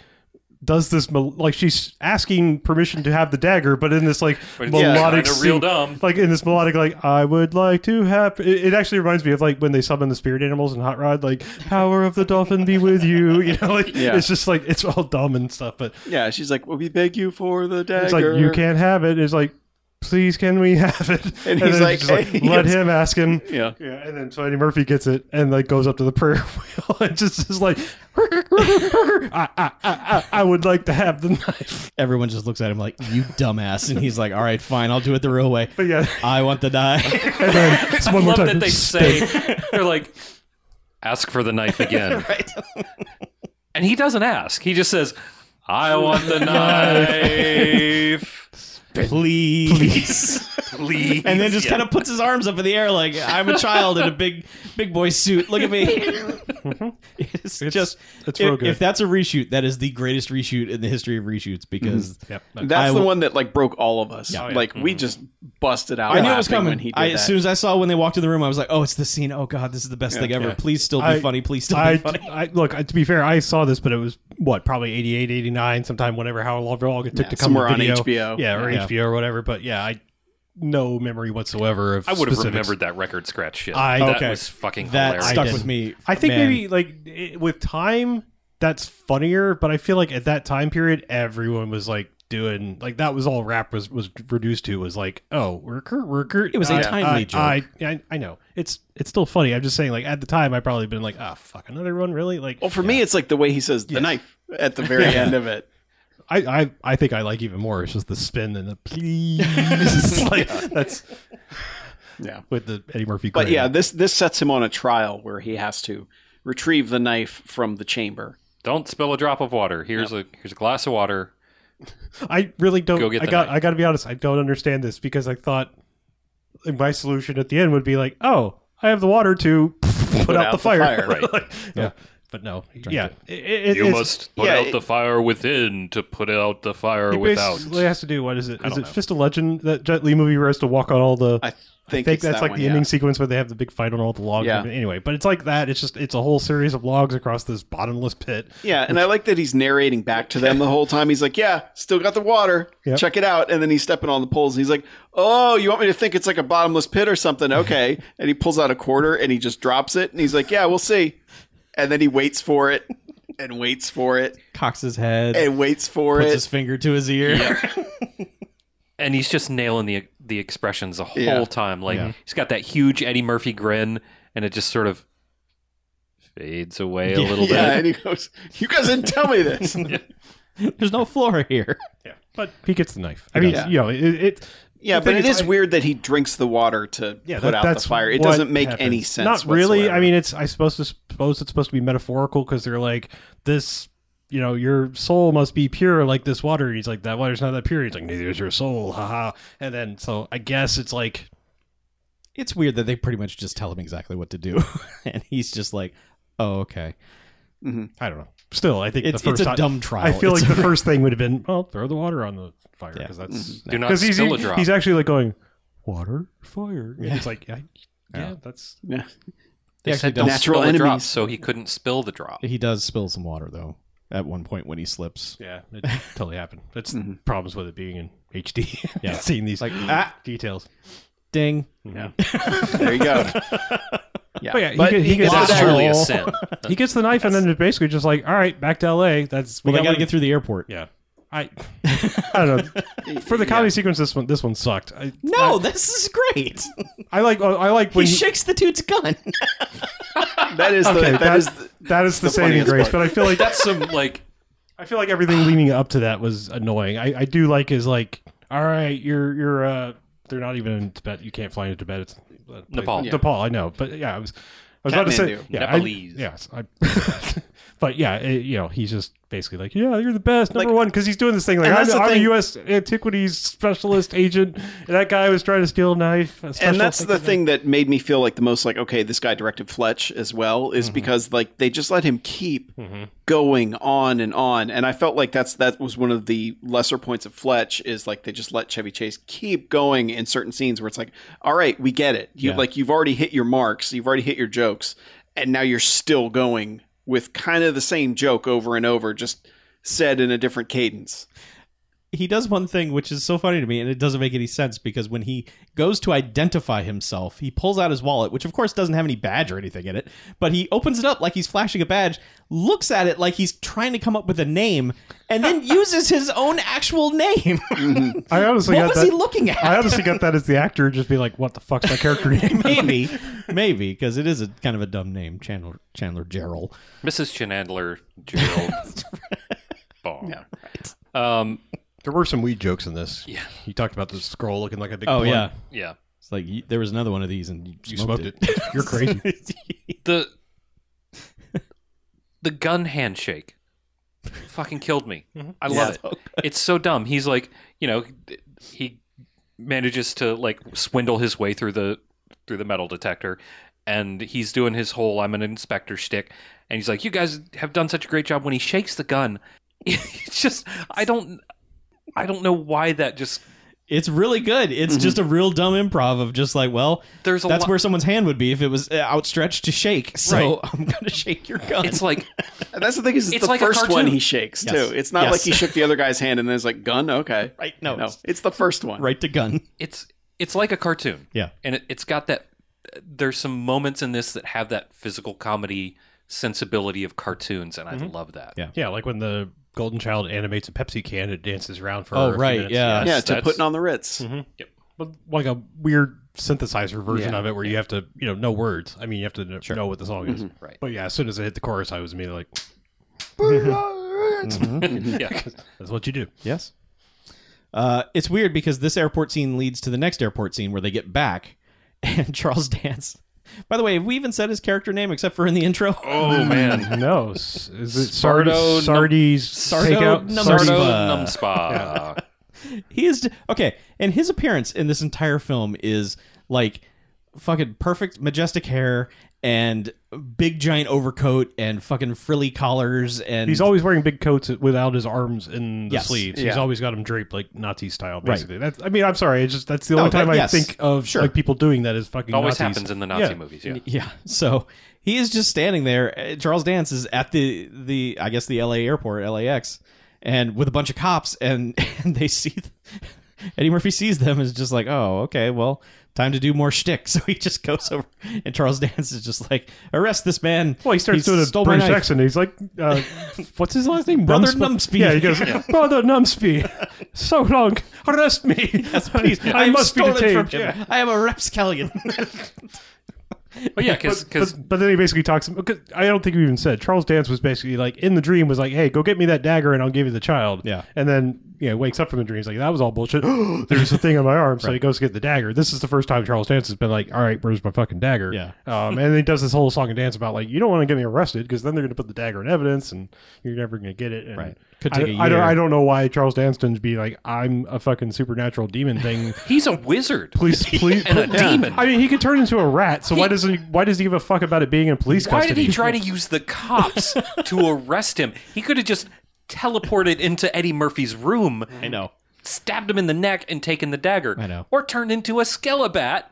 Speaker 3: does this mel- like she's asking permission to have the dagger, but in this like
Speaker 1: But it's
Speaker 3: melodic,
Speaker 1: kinda real
Speaker 3: sing-
Speaker 1: dumb.
Speaker 3: like in this melodic, like I would like to have. It, it actually reminds me of like when they summon the spirit animals in Hot Rod, like "Power of the Dolphin be with you." You know, like
Speaker 4: Yeah.
Speaker 3: it's just like it's all dumb and stuff. But
Speaker 4: Yeah, she's like, well, we beg you for the dagger.
Speaker 3: it's like you can't have it. It's like please, can we have it? then
Speaker 4: And
Speaker 3: it's
Speaker 4: he's like,
Speaker 3: just
Speaker 4: "Hey,"
Speaker 3: let him ask him.
Speaker 4: Yeah.
Speaker 3: Yeah, and then so Eddie Murphy gets it and like goes up to the prayer wheel and just is like, I, I, I, I, I would like to have the knife.
Speaker 5: Everyone just looks at him like, you dumbass. And he's like, all right, fine, I'll do it the real way.
Speaker 3: But yeah,
Speaker 5: I want the die.
Speaker 3: and then it's one
Speaker 1: I
Speaker 3: more
Speaker 1: love
Speaker 3: time.
Speaker 1: that they say they're like, ask for the knife again. And he doesn't ask. He just says, I want the knife.
Speaker 5: Please.
Speaker 1: Please.
Speaker 5: And then just kind of puts his arms up in the air like, I'm a child in a big big boy suit. Look at me. it's, just,
Speaker 3: Mm-hmm. it's real
Speaker 5: if,
Speaker 3: good.
Speaker 5: if that's a reshoot, that is the greatest reshoot in the history of reshoots because
Speaker 3: Mm-hmm. Yep.
Speaker 4: That's
Speaker 5: I
Speaker 4: the
Speaker 5: will-
Speaker 4: one that like broke all of us.
Speaker 3: Oh, yeah.
Speaker 4: Like we just busted out.
Speaker 5: I knew it was
Speaker 4: laughing
Speaker 5: coming.
Speaker 4: When he did
Speaker 5: I,
Speaker 4: that.
Speaker 5: as soon as I saw when they walked in the room, I was like, "Oh, it's the scene. Oh God, this is the best thing ever.
Speaker 3: Yeah.
Speaker 5: Please still be
Speaker 3: I-
Speaker 5: funny. Please still
Speaker 3: I,
Speaker 5: be funny."
Speaker 3: I look I- to be fair, I saw this, but it was what probably 88, 89, sometime whenever how long long it took
Speaker 4: Yeah,
Speaker 3: to come
Speaker 4: somewhere
Speaker 3: to
Speaker 4: on
Speaker 3: video.
Speaker 4: HBO.
Speaker 3: yeah, or
Speaker 5: Yeah.
Speaker 3: HBO or whatever. But yeah, I no memory whatsoever of.
Speaker 1: I would have
Speaker 3: specifics.
Speaker 1: remembered that record scratch shit.
Speaker 3: I-
Speaker 1: that
Speaker 3: okay.
Speaker 1: was fucking
Speaker 5: That
Speaker 1: hilarious.
Speaker 5: stuck
Speaker 3: didn't.
Speaker 5: with me.
Speaker 3: I think
Speaker 5: man.
Speaker 3: maybe like it, with time, that's funnier. But I feel like at that time period, everyone was like doing like that was all rap was was reduced to was like oh we're Kurt we're Kurt.
Speaker 5: It was a
Speaker 3: I-
Speaker 5: timely
Speaker 3: I,
Speaker 5: joke.
Speaker 3: I, I I know it's it's still funny. I'm just saying like at the time I probably been like ah fuck another one really like
Speaker 4: well, for me, it's like the way he says the knife at the very end of it.
Speaker 3: I, I I think I like even more. It's just the spin and the please It's like that's
Speaker 4: Yeah.
Speaker 3: with the Eddie Murphy.
Speaker 4: But
Speaker 3: grin.
Speaker 4: yeah, this this sets him on a trial where he has to retrieve the knife from the chamber.
Speaker 1: Don't spill a drop of water. Here's a here's a glass of water.
Speaker 3: I really don't.
Speaker 1: Go get
Speaker 3: I
Speaker 1: the
Speaker 3: got.
Speaker 1: knife.
Speaker 3: I got to be honest. I don't understand this because I thought like, my solution at the end would be like, oh, I have the water to put, out, the fire.
Speaker 1: Right.
Speaker 3: Like, yeah. But no. yeah. It, it,
Speaker 1: You
Speaker 3: it's-
Speaker 1: must put
Speaker 4: yeah,
Speaker 1: out
Speaker 4: it-
Speaker 1: the fire within to put out the fire
Speaker 3: He
Speaker 1: without.
Speaker 3: basically has to do what is it? Is
Speaker 5: don't
Speaker 3: it
Speaker 5: know.
Speaker 3: Fist of Legend that Jet Li movie where he has to walk on all the?
Speaker 4: I think, it's
Speaker 3: that's
Speaker 4: that
Speaker 3: like
Speaker 4: one,
Speaker 3: the
Speaker 4: yeah.
Speaker 3: ending sequence where they have the big fight on all the logs.
Speaker 4: Yeah.
Speaker 3: Anyway, but it's like that. It's just it's a whole series of logs across this bottomless pit.
Speaker 4: Yeah, and I like that he's narrating back to them the whole time. He's like, "Yeah, still got the water.
Speaker 3: Yep.
Speaker 4: Check it out." And then he's stepping on the poles. And he's like, "Oh, you want me to think it's like a bottomless pit or something?" Okay. and he pulls out a quarter and he just drops it. And he's like, "Yeah, we'll see." And then he waits for it and waits for it
Speaker 5: cocks his head,
Speaker 4: and waits for
Speaker 5: puts
Speaker 4: it.
Speaker 5: his finger to his ear.
Speaker 1: and he's just nailing the the expressions the whole
Speaker 4: Yeah.
Speaker 1: time. Like he's got that huge Eddie Murphy grin, and it just sort of fades away a little
Speaker 4: yeah,
Speaker 1: bit.
Speaker 4: and he goes, "You guys didn't tell me this."
Speaker 5: There's no floor here.
Speaker 3: Yeah. But he gets the knife. I mean,
Speaker 4: does.
Speaker 3: you know, it, it
Speaker 4: yeah,
Speaker 3: the
Speaker 4: but
Speaker 3: thing
Speaker 4: it
Speaker 3: is,
Speaker 4: is
Speaker 3: I-
Speaker 4: weird that he drinks the water to
Speaker 3: yeah,
Speaker 4: put
Speaker 3: that-
Speaker 4: out
Speaker 3: that's
Speaker 4: the fire. It
Speaker 3: what
Speaker 4: doesn't make any
Speaker 3: happens.
Speaker 4: sense.
Speaker 3: Not really. I
Speaker 4: whatsoever.
Speaker 3: mean, it's I suppose to suppose it's supposed to be metaphorical because they're like this. You know, your soul must be pure like this water. He's like that water's not that pure. He's like neither is your soul. Haha. And then so I guess it's like
Speaker 5: It's weird that they pretty much just tell him exactly what to do, and he's just like, "Oh, okay."
Speaker 3: I don't know. Still, I think
Speaker 5: It's
Speaker 3: the first
Speaker 5: it's a
Speaker 3: time-
Speaker 5: dumb trial.
Speaker 3: I feel
Speaker 5: It's-
Speaker 3: like the first thing would have been well throw the water on the fire
Speaker 5: Yeah.
Speaker 3: because that's
Speaker 4: Mm-hmm.
Speaker 1: Do not
Speaker 3: because he's
Speaker 4: e-
Speaker 1: spill a drop.
Speaker 3: he's actually like going water fire. And It's like yeah, yeah,
Speaker 5: Yeah.
Speaker 3: that's
Speaker 4: Yeah.
Speaker 5: he actually
Speaker 1: Don't
Speaker 5: does.
Speaker 4: Natural
Speaker 1: spill a drop,
Speaker 4: enemies.
Speaker 1: so he couldn't spill the drop.
Speaker 5: He does spill some water though at one point when he slips.
Speaker 3: Yeah, it totally happened. That's the problems with it being in HD. yeah, seeing these
Speaker 5: Mm-hmm. Like,
Speaker 3: like
Speaker 5: ah.
Speaker 3: details.
Speaker 5: Ding.
Speaker 4: there you go. Yeah,
Speaker 3: But yeah, he
Speaker 4: but
Speaker 3: could- he
Speaker 4: he
Speaker 3: could
Speaker 4: gets
Speaker 3: Wow.
Speaker 1: That's
Speaker 4: the
Speaker 5: actually-
Speaker 1: surely a
Speaker 5: Wow.
Speaker 1: sin.
Speaker 3: He gets the knife and then it's basically just like, all right, back to L.A. That's
Speaker 5: Well,
Speaker 3: we
Speaker 5: they got to
Speaker 3: one-
Speaker 5: get through the airport.
Speaker 3: Yeah, I, I don't know. For the comedy sequence, this one this one sucked. I,
Speaker 5: No, this is great.
Speaker 3: I like I like
Speaker 5: He
Speaker 3: when he-
Speaker 5: shakes the dude's gun.
Speaker 4: That is the
Speaker 3: okay,
Speaker 4: that is the,
Speaker 3: that is the,
Speaker 4: the
Speaker 3: saving
Speaker 4: funniest
Speaker 3: grace.
Speaker 4: part.
Speaker 3: But I feel like
Speaker 1: That's some like
Speaker 3: I feel like everything leading up to that was annoying. I, I do like is like, all right, you're you're uh, they're not even in Tibet. You can't fly into Tibet. It's uh,
Speaker 1: Nepal.
Speaker 3: place- Nepal, I know, but yeah, I was I was about to say
Speaker 4: Kathmandu.
Speaker 3: yeah, I-
Speaker 1: Nepalese.
Speaker 3: yes, I, but yeah, it- you know, he's just basically like, yeah, you're the best, number one, because he's doing this thing like
Speaker 4: And
Speaker 3: I'm,
Speaker 4: that's the
Speaker 3: I'm
Speaker 4: thing-
Speaker 3: a U.S. antiquities specialist agent, and that guy was trying to steal a knife. a special
Speaker 4: and that's the
Speaker 3: thing.
Speaker 4: thing that made me feel like the most like okay this guy directed fletch as well
Speaker 1: Mm-hmm.
Speaker 4: is because like they just let him keep going on and on and i felt like that's that was one of the lesser points of fletch is like they just let chevy chase keep going in certain scenes where it's like all right we get it you like you've already hit your marks you've already hit your jokes and now you're still going with kind of the same joke over and over just said in a different cadence
Speaker 5: he does one thing which is so funny to me, and it doesn't make any sense because when he goes to identify himself, he pulls out his wallet, which of course doesn't have any badge or anything in it, but he opens it up like he's flashing a badge, looks at it like he's trying to come up with a name, and then uses his own actual name.
Speaker 3: I honestly
Speaker 5: what
Speaker 3: got
Speaker 5: was
Speaker 3: that.
Speaker 5: Mm-hmm. he looking at?
Speaker 3: I honestly got that as the actor just be like, "What the fuck's my character name?"
Speaker 5: maybe, maybe because it is a kind of a dumb name, Chandler Chandler Gerald.
Speaker 1: Mrs. Chenandler Gerald Bong. Um,
Speaker 3: there were some weed jokes in this.
Speaker 1: Yeah.
Speaker 3: you talked about the scroll looking like a big.
Speaker 5: Oh
Speaker 3: blunt.
Speaker 5: yeah,
Speaker 1: yeah.
Speaker 5: it's like you, there was another one of these, and you,
Speaker 3: you smoked, it. You're crazy.
Speaker 1: The the gun handshake fucking killed me. I love it. It's so dumb. He's like, you know, he manages to like swindle his way through the through the metal detector and he's doing his whole I'm an inspector shtick and he's like, You guys have done such a great job when he shakes the gun. It's just I don't I don't know why that just
Speaker 5: It's really good. It's just a real dumb improv of just like, well,
Speaker 1: There's a
Speaker 5: that's
Speaker 1: lot-
Speaker 5: where someone's hand would be if it was uh, outstretched to shake. So
Speaker 1: Right.
Speaker 5: I'm gonna shake your gun.
Speaker 1: it's like
Speaker 4: And that's the thing is, it's,
Speaker 1: It's
Speaker 4: the
Speaker 1: like a
Speaker 4: first one
Speaker 1: cartoon.
Speaker 4: he shakes
Speaker 5: Yes.
Speaker 4: too. It's not
Speaker 5: Yes.
Speaker 4: like he shook the other guy's hand and then it's like gun. Okay,
Speaker 5: Right, no,
Speaker 4: no,
Speaker 5: it's-
Speaker 4: it's the first one.
Speaker 5: right to gun.
Speaker 1: it's it's like a cartoon.
Speaker 5: Yeah.
Speaker 1: and it, it's got that. There's some moments in this that have that physical comedy sensibility of cartoons, and I love that.
Speaker 5: Yeah.
Speaker 3: Mm-hmm. yeah, like when the golden child animates a Pepsi can, it dances around for.
Speaker 5: Oh,
Speaker 3: a few
Speaker 5: right,
Speaker 3: minutes.
Speaker 5: yeah.
Speaker 4: Yeah,
Speaker 1: Yes,
Speaker 4: to
Speaker 1: that's-
Speaker 4: putting on the Ritz.
Speaker 3: But like a weird synthesizer version of it where you have to, you know, no words. I mean, you have to kn- know what the song is.
Speaker 1: Mm-hmm. Right.
Speaker 3: But yeah, as soon as I hit the chorus, I was immediately like,
Speaker 1: yeah.
Speaker 3: "That's what you do."
Speaker 5: Yes. Uh, it's weird because this airport scene leads to the next airport scene where they get back, and Charles Dance. By the way, have we even said his character name except for in the intro?
Speaker 1: Oh man,
Speaker 3: No, s- is it
Speaker 1: Sardo
Speaker 3: Sardo, Sardi's
Speaker 5: Sardo
Speaker 3: takeout?
Speaker 5: num-
Speaker 3: Sardi-
Speaker 1: Sardo
Speaker 5: Spa.
Speaker 3: uh,
Speaker 1: Numspa.
Speaker 5: He is okay, and his appearance in this entire film is like fucking perfect majestic hair and big giant overcoat and fucking frilly collars and
Speaker 3: He's always wearing big coats without his arms in the
Speaker 5: Yes.
Speaker 3: sleeves. He's
Speaker 4: Yeah.
Speaker 3: always got them draped like Nazi style,
Speaker 5: Right.
Speaker 3: basically. That's, I mean, I'm sorry. It's just that's the only
Speaker 5: that-
Speaker 3: time I
Speaker 5: yes.
Speaker 3: think of
Speaker 5: Sure.
Speaker 3: like people doing that is
Speaker 1: It
Speaker 3: fucking
Speaker 1: always
Speaker 3: Nazis.
Speaker 1: happens in the Nazi
Speaker 3: Yeah.
Speaker 1: movies. Yeah,
Speaker 5: yeah. So he is just standing there. Uh, Charles Dance is at the the I guess the L.A. airport, LAX, and with a bunch of cops, and and they see Eddie Murphy sees them and is just like, oh, okay, well, time to do more shtick. So he just goes over, and Charles Dance is just like, arrest this man.
Speaker 3: Well, he starts doing a
Speaker 5: stole my
Speaker 3: British
Speaker 5: knife."
Speaker 3: accent. He's like, uh, what's his last name?
Speaker 5: Brother Numsby.
Speaker 3: Yeah, he goes, Brother Numsby. So long. Arrest me. Yes,
Speaker 5: Please,
Speaker 3: I,
Speaker 5: have
Speaker 3: must be
Speaker 5: stolen
Speaker 3: detained.
Speaker 5: From him.
Speaker 3: Yeah.
Speaker 5: I am a rapscallion.
Speaker 1: but yeah, because
Speaker 3: But, but then he basically talks. Cause I don't think we even said Charles Dance was basically like in the dream was like, "Hey, go get me that dagger and I'll give you the child."
Speaker 5: Yeah.
Speaker 3: and then you know wakes up from the dream. He's like, "That was all bullshit." There's a thing on my arm, so he goes to get the dagger. This is the first time Charles Dance has been like, "All right, where's my fucking dagger?"
Speaker 5: Yeah.
Speaker 3: um, and he does this whole song and dance about like, "You don't want to get me arrested because then they're going to put the dagger in evidence and you're never going to get it." And
Speaker 5: Right. Could
Speaker 3: I,
Speaker 5: take a
Speaker 3: I don't.
Speaker 5: year.
Speaker 3: I don't know why Charles Dance didn't be like, "I'm a fucking supernatural demon thing."
Speaker 1: he's a wizard
Speaker 3: Please, please,
Speaker 1: and a demon.
Speaker 3: I mean, he could turn into a rat. So why
Speaker 1: He-
Speaker 3: doesn't he, why does he give a fuck about it being in police
Speaker 1: Why did
Speaker 3: custody?
Speaker 1: he try to use the cops to arrest him? He could have just teleported into Eddie Murphy's room.
Speaker 5: I know.
Speaker 1: stabbed him in the neck and taken the dagger.
Speaker 5: I know.
Speaker 1: Or turned into a skelebat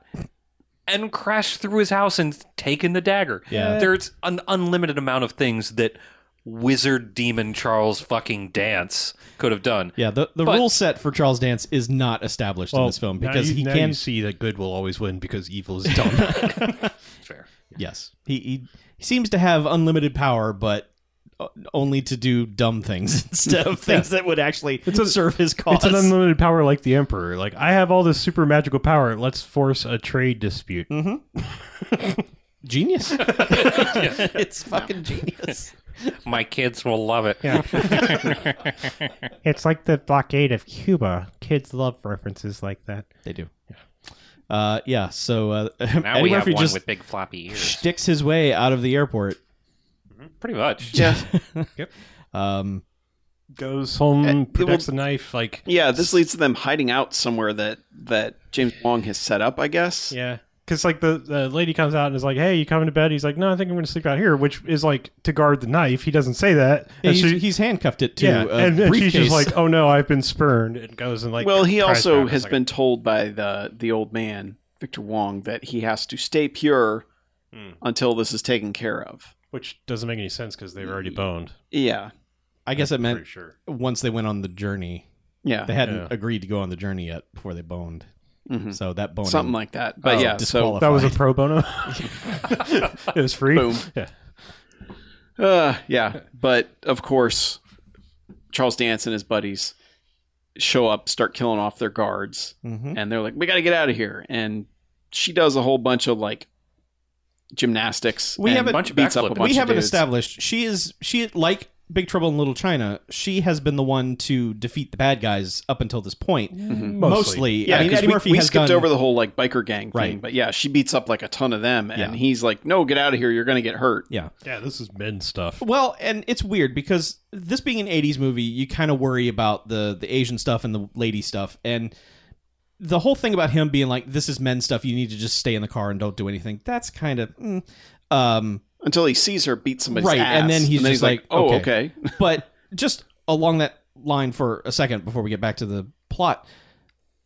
Speaker 1: and crashed through his house and taken the dagger.
Speaker 5: Yeah.
Speaker 1: There's an unlimited amount of things that wizard demon Charles fucking dance could have done.
Speaker 5: Yeah, the, the
Speaker 1: But-
Speaker 5: rule set for Charles Dance is not established in this film because he can
Speaker 3: see that good will always win because evil is dumb.
Speaker 1: Fair.
Speaker 5: Yes, he, he he seems to have unlimited power, but o- only to do dumb things instead of things that would actually
Speaker 3: a-
Speaker 5: serve his cause.
Speaker 3: it's an unlimited power like the emperor. Like I have all this super magical power. Let's force a trade dispute.
Speaker 1: Mm-hmm.
Speaker 5: genius. It's fucking genius.
Speaker 1: My kids will love it.
Speaker 6: It's like the blockade of Cuba. Kids love references like that.
Speaker 5: They do. Uh, yeah. So uh,
Speaker 1: Now
Speaker 5: Eddie
Speaker 1: we
Speaker 5: Murphy
Speaker 1: have one
Speaker 5: just
Speaker 1: with big floppy ears.
Speaker 5: sticks his way out of the airport.
Speaker 1: Pretty much.
Speaker 4: Yeah,
Speaker 5: Um,
Speaker 3: Goes
Speaker 1: Eh,
Speaker 3: home,
Speaker 4: will-
Speaker 3: protects the knife. Like
Speaker 4: yeah. This leads to them hiding out somewhere that that James Wong has set up. I guess.
Speaker 3: yeah. Because like the, the lady comes out and is like, "Hey, you coming to bed?" He's like, "No, I think I'm going to sleep out here," which is like to guard the knife. He doesn't say that. And
Speaker 5: he's,
Speaker 3: she-
Speaker 5: he's handcuffed it to
Speaker 3: yeah,
Speaker 5: a
Speaker 3: and, and she's
Speaker 5: briefcase.
Speaker 3: just like, "Oh no, I've been spurned," and goes and like.
Speaker 4: Well, he
Speaker 3: tries to
Speaker 4: also
Speaker 3: have it.
Speaker 4: has
Speaker 3: It's like,
Speaker 4: been told by the the old man Victor Wong that he has to stay pure until this is taken care of.
Speaker 3: which doesn't make any sense because they were already boned.
Speaker 4: Yeah.
Speaker 5: I guess it meant
Speaker 3: Pretty sure.
Speaker 5: once they went on the journey.
Speaker 4: Yeah.
Speaker 5: They hadn't
Speaker 3: Yeah.
Speaker 5: agreed to go on the journey yet before they boned.
Speaker 4: Mhm.
Speaker 5: So that boning
Speaker 4: Something like that. But
Speaker 5: oh,
Speaker 4: yeah, so
Speaker 5: disqualified.
Speaker 6: That was a pro bono. it was free.
Speaker 4: Boom.
Speaker 6: Yeah.
Speaker 4: uh, yeah. But of course, Charles Dance and his buddies show up, start killing off their guards,
Speaker 5: Mhm.
Speaker 4: and they're like, "We got to get out of here." And she does a whole bunch of like gymnastics.
Speaker 5: We
Speaker 4: and
Speaker 5: haven't-
Speaker 4: bunch beats up a
Speaker 1: backflipping.
Speaker 4: bunch
Speaker 5: we
Speaker 4: of
Speaker 5: haven't
Speaker 4: dudes.
Speaker 5: established she is she like Big Trouble in Little China. She has been the one to defeat the bad guys up until this point. Mostly,
Speaker 4: Yeah,
Speaker 5: I mean
Speaker 4: 'cause
Speaker 5: Eddie
Speaker 4: we,
Speaker 5: Murphy
Speaker 4: we
Speaker 5: has
Speaker 4: skipped
Speaker 5: done,
Speaker 4: over the whole like biker gang thing,
Speaker 5: Right.
Speaker 4: but yeah, she beats up like a ton of them, and
Speaker 5: Yeah.
Speaker 4: he's like, "No, get out of here! You're going to get hurt."
Speaker 5: Yeah,
Speaker 3: Yeah, this is men stuff.
Speaker 5: well, and it's weird because this being an '80s movie, you kind of worry about the the Asian stuff and the lady stuff, and the whole thing about him being like, "This is men stuff. You need to just stay in the car and don't do anything." That's kind of. mm. Um,
Speaker 4: Until he sees her beat somebody's
Speaker 5: Right,
Speaker 4: ass,
Speaker 5: and then he's just like,
Speaker 4: "Oh,
Speaker 5: okay."
Speaker 4: okay."
Speaker 5: but just along that line for a second before we get back to the plot,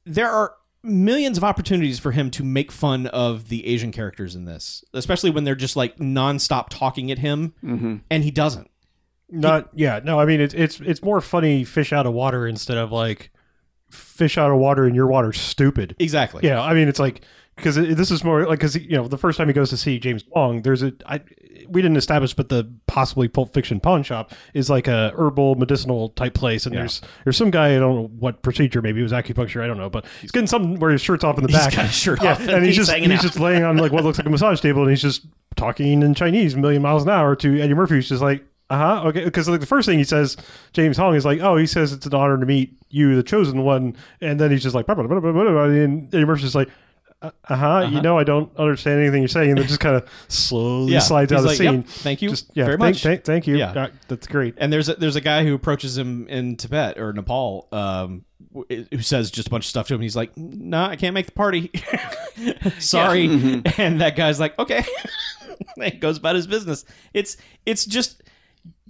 Speaker 5: there are millions of opportunities for him to make fun of the Asian characters in this, especially when they're just like nonstop talking at him, and he doesn't.
Speaker 3: Not yeah, no. I mean, it's it's it's more funny fish out of water instead of like fish out of water and your water's stupid.
Speaker 5: Exactly.
Speaker 3: Yeah, I mean, it's like because this is more like because you know the first time he goes to see James Long, there's a I we didn't establish, but the possibly Pulp Fiction pawn shop is like a herbal medicinal type place, and there's there's some guy I don't know what procedure, maybe it was acupuncture, I don't know, but he's getting something where his shirt's off in the back,
Speaker 5: got his shirt
Speaker 3: yeah,
Speaker 5: off and
Speaker 3: and he's
Speaker 5: he's
Speaker 3: just
Speaker 5: hanging
Speaker 3: he's
Speaker 5: out.
Speaker 3: just laying on like what looks like a massage table, and he's just talking in Chinese a million miles an hour to Eddie Murphy, who's just like. Uh huh. Okay. Because like the first thing he says, James Hong is like, "Oh, he says it's an honor to meet you, the chosen one," and then he's just like, blah, blah, blah, blah, blah, blah, and Eddie Murphy's just like, uh huh. You know, I don't understand anything you're saying. And it just kind of slowly
Speaker 5: Uh-huh. Yeah,
Speaker 3: slides
Speaker 5: he's
Speaker 3: out of the
Speaker 5: like,
Speaker 3: scene.
Speaker 5: "Yep, thank you
Speaker 3: Just, yeah,
Speaker 5: very
Speaker 3: thank,
Speaker 5: much."
Speaker 3: Thank, thank you.
Speaker 5: Yeah.
Speaker 3: Uh, that's great.
Speaker 5: And there's a, there's a guy who approaches him in Tibet or Nepal, um, w- who says just a bunch of stuff to him. He's like, "No, nah, I can't make the party. Sorry." And that guy's like, "Okay." and he goes about his business. It's it's just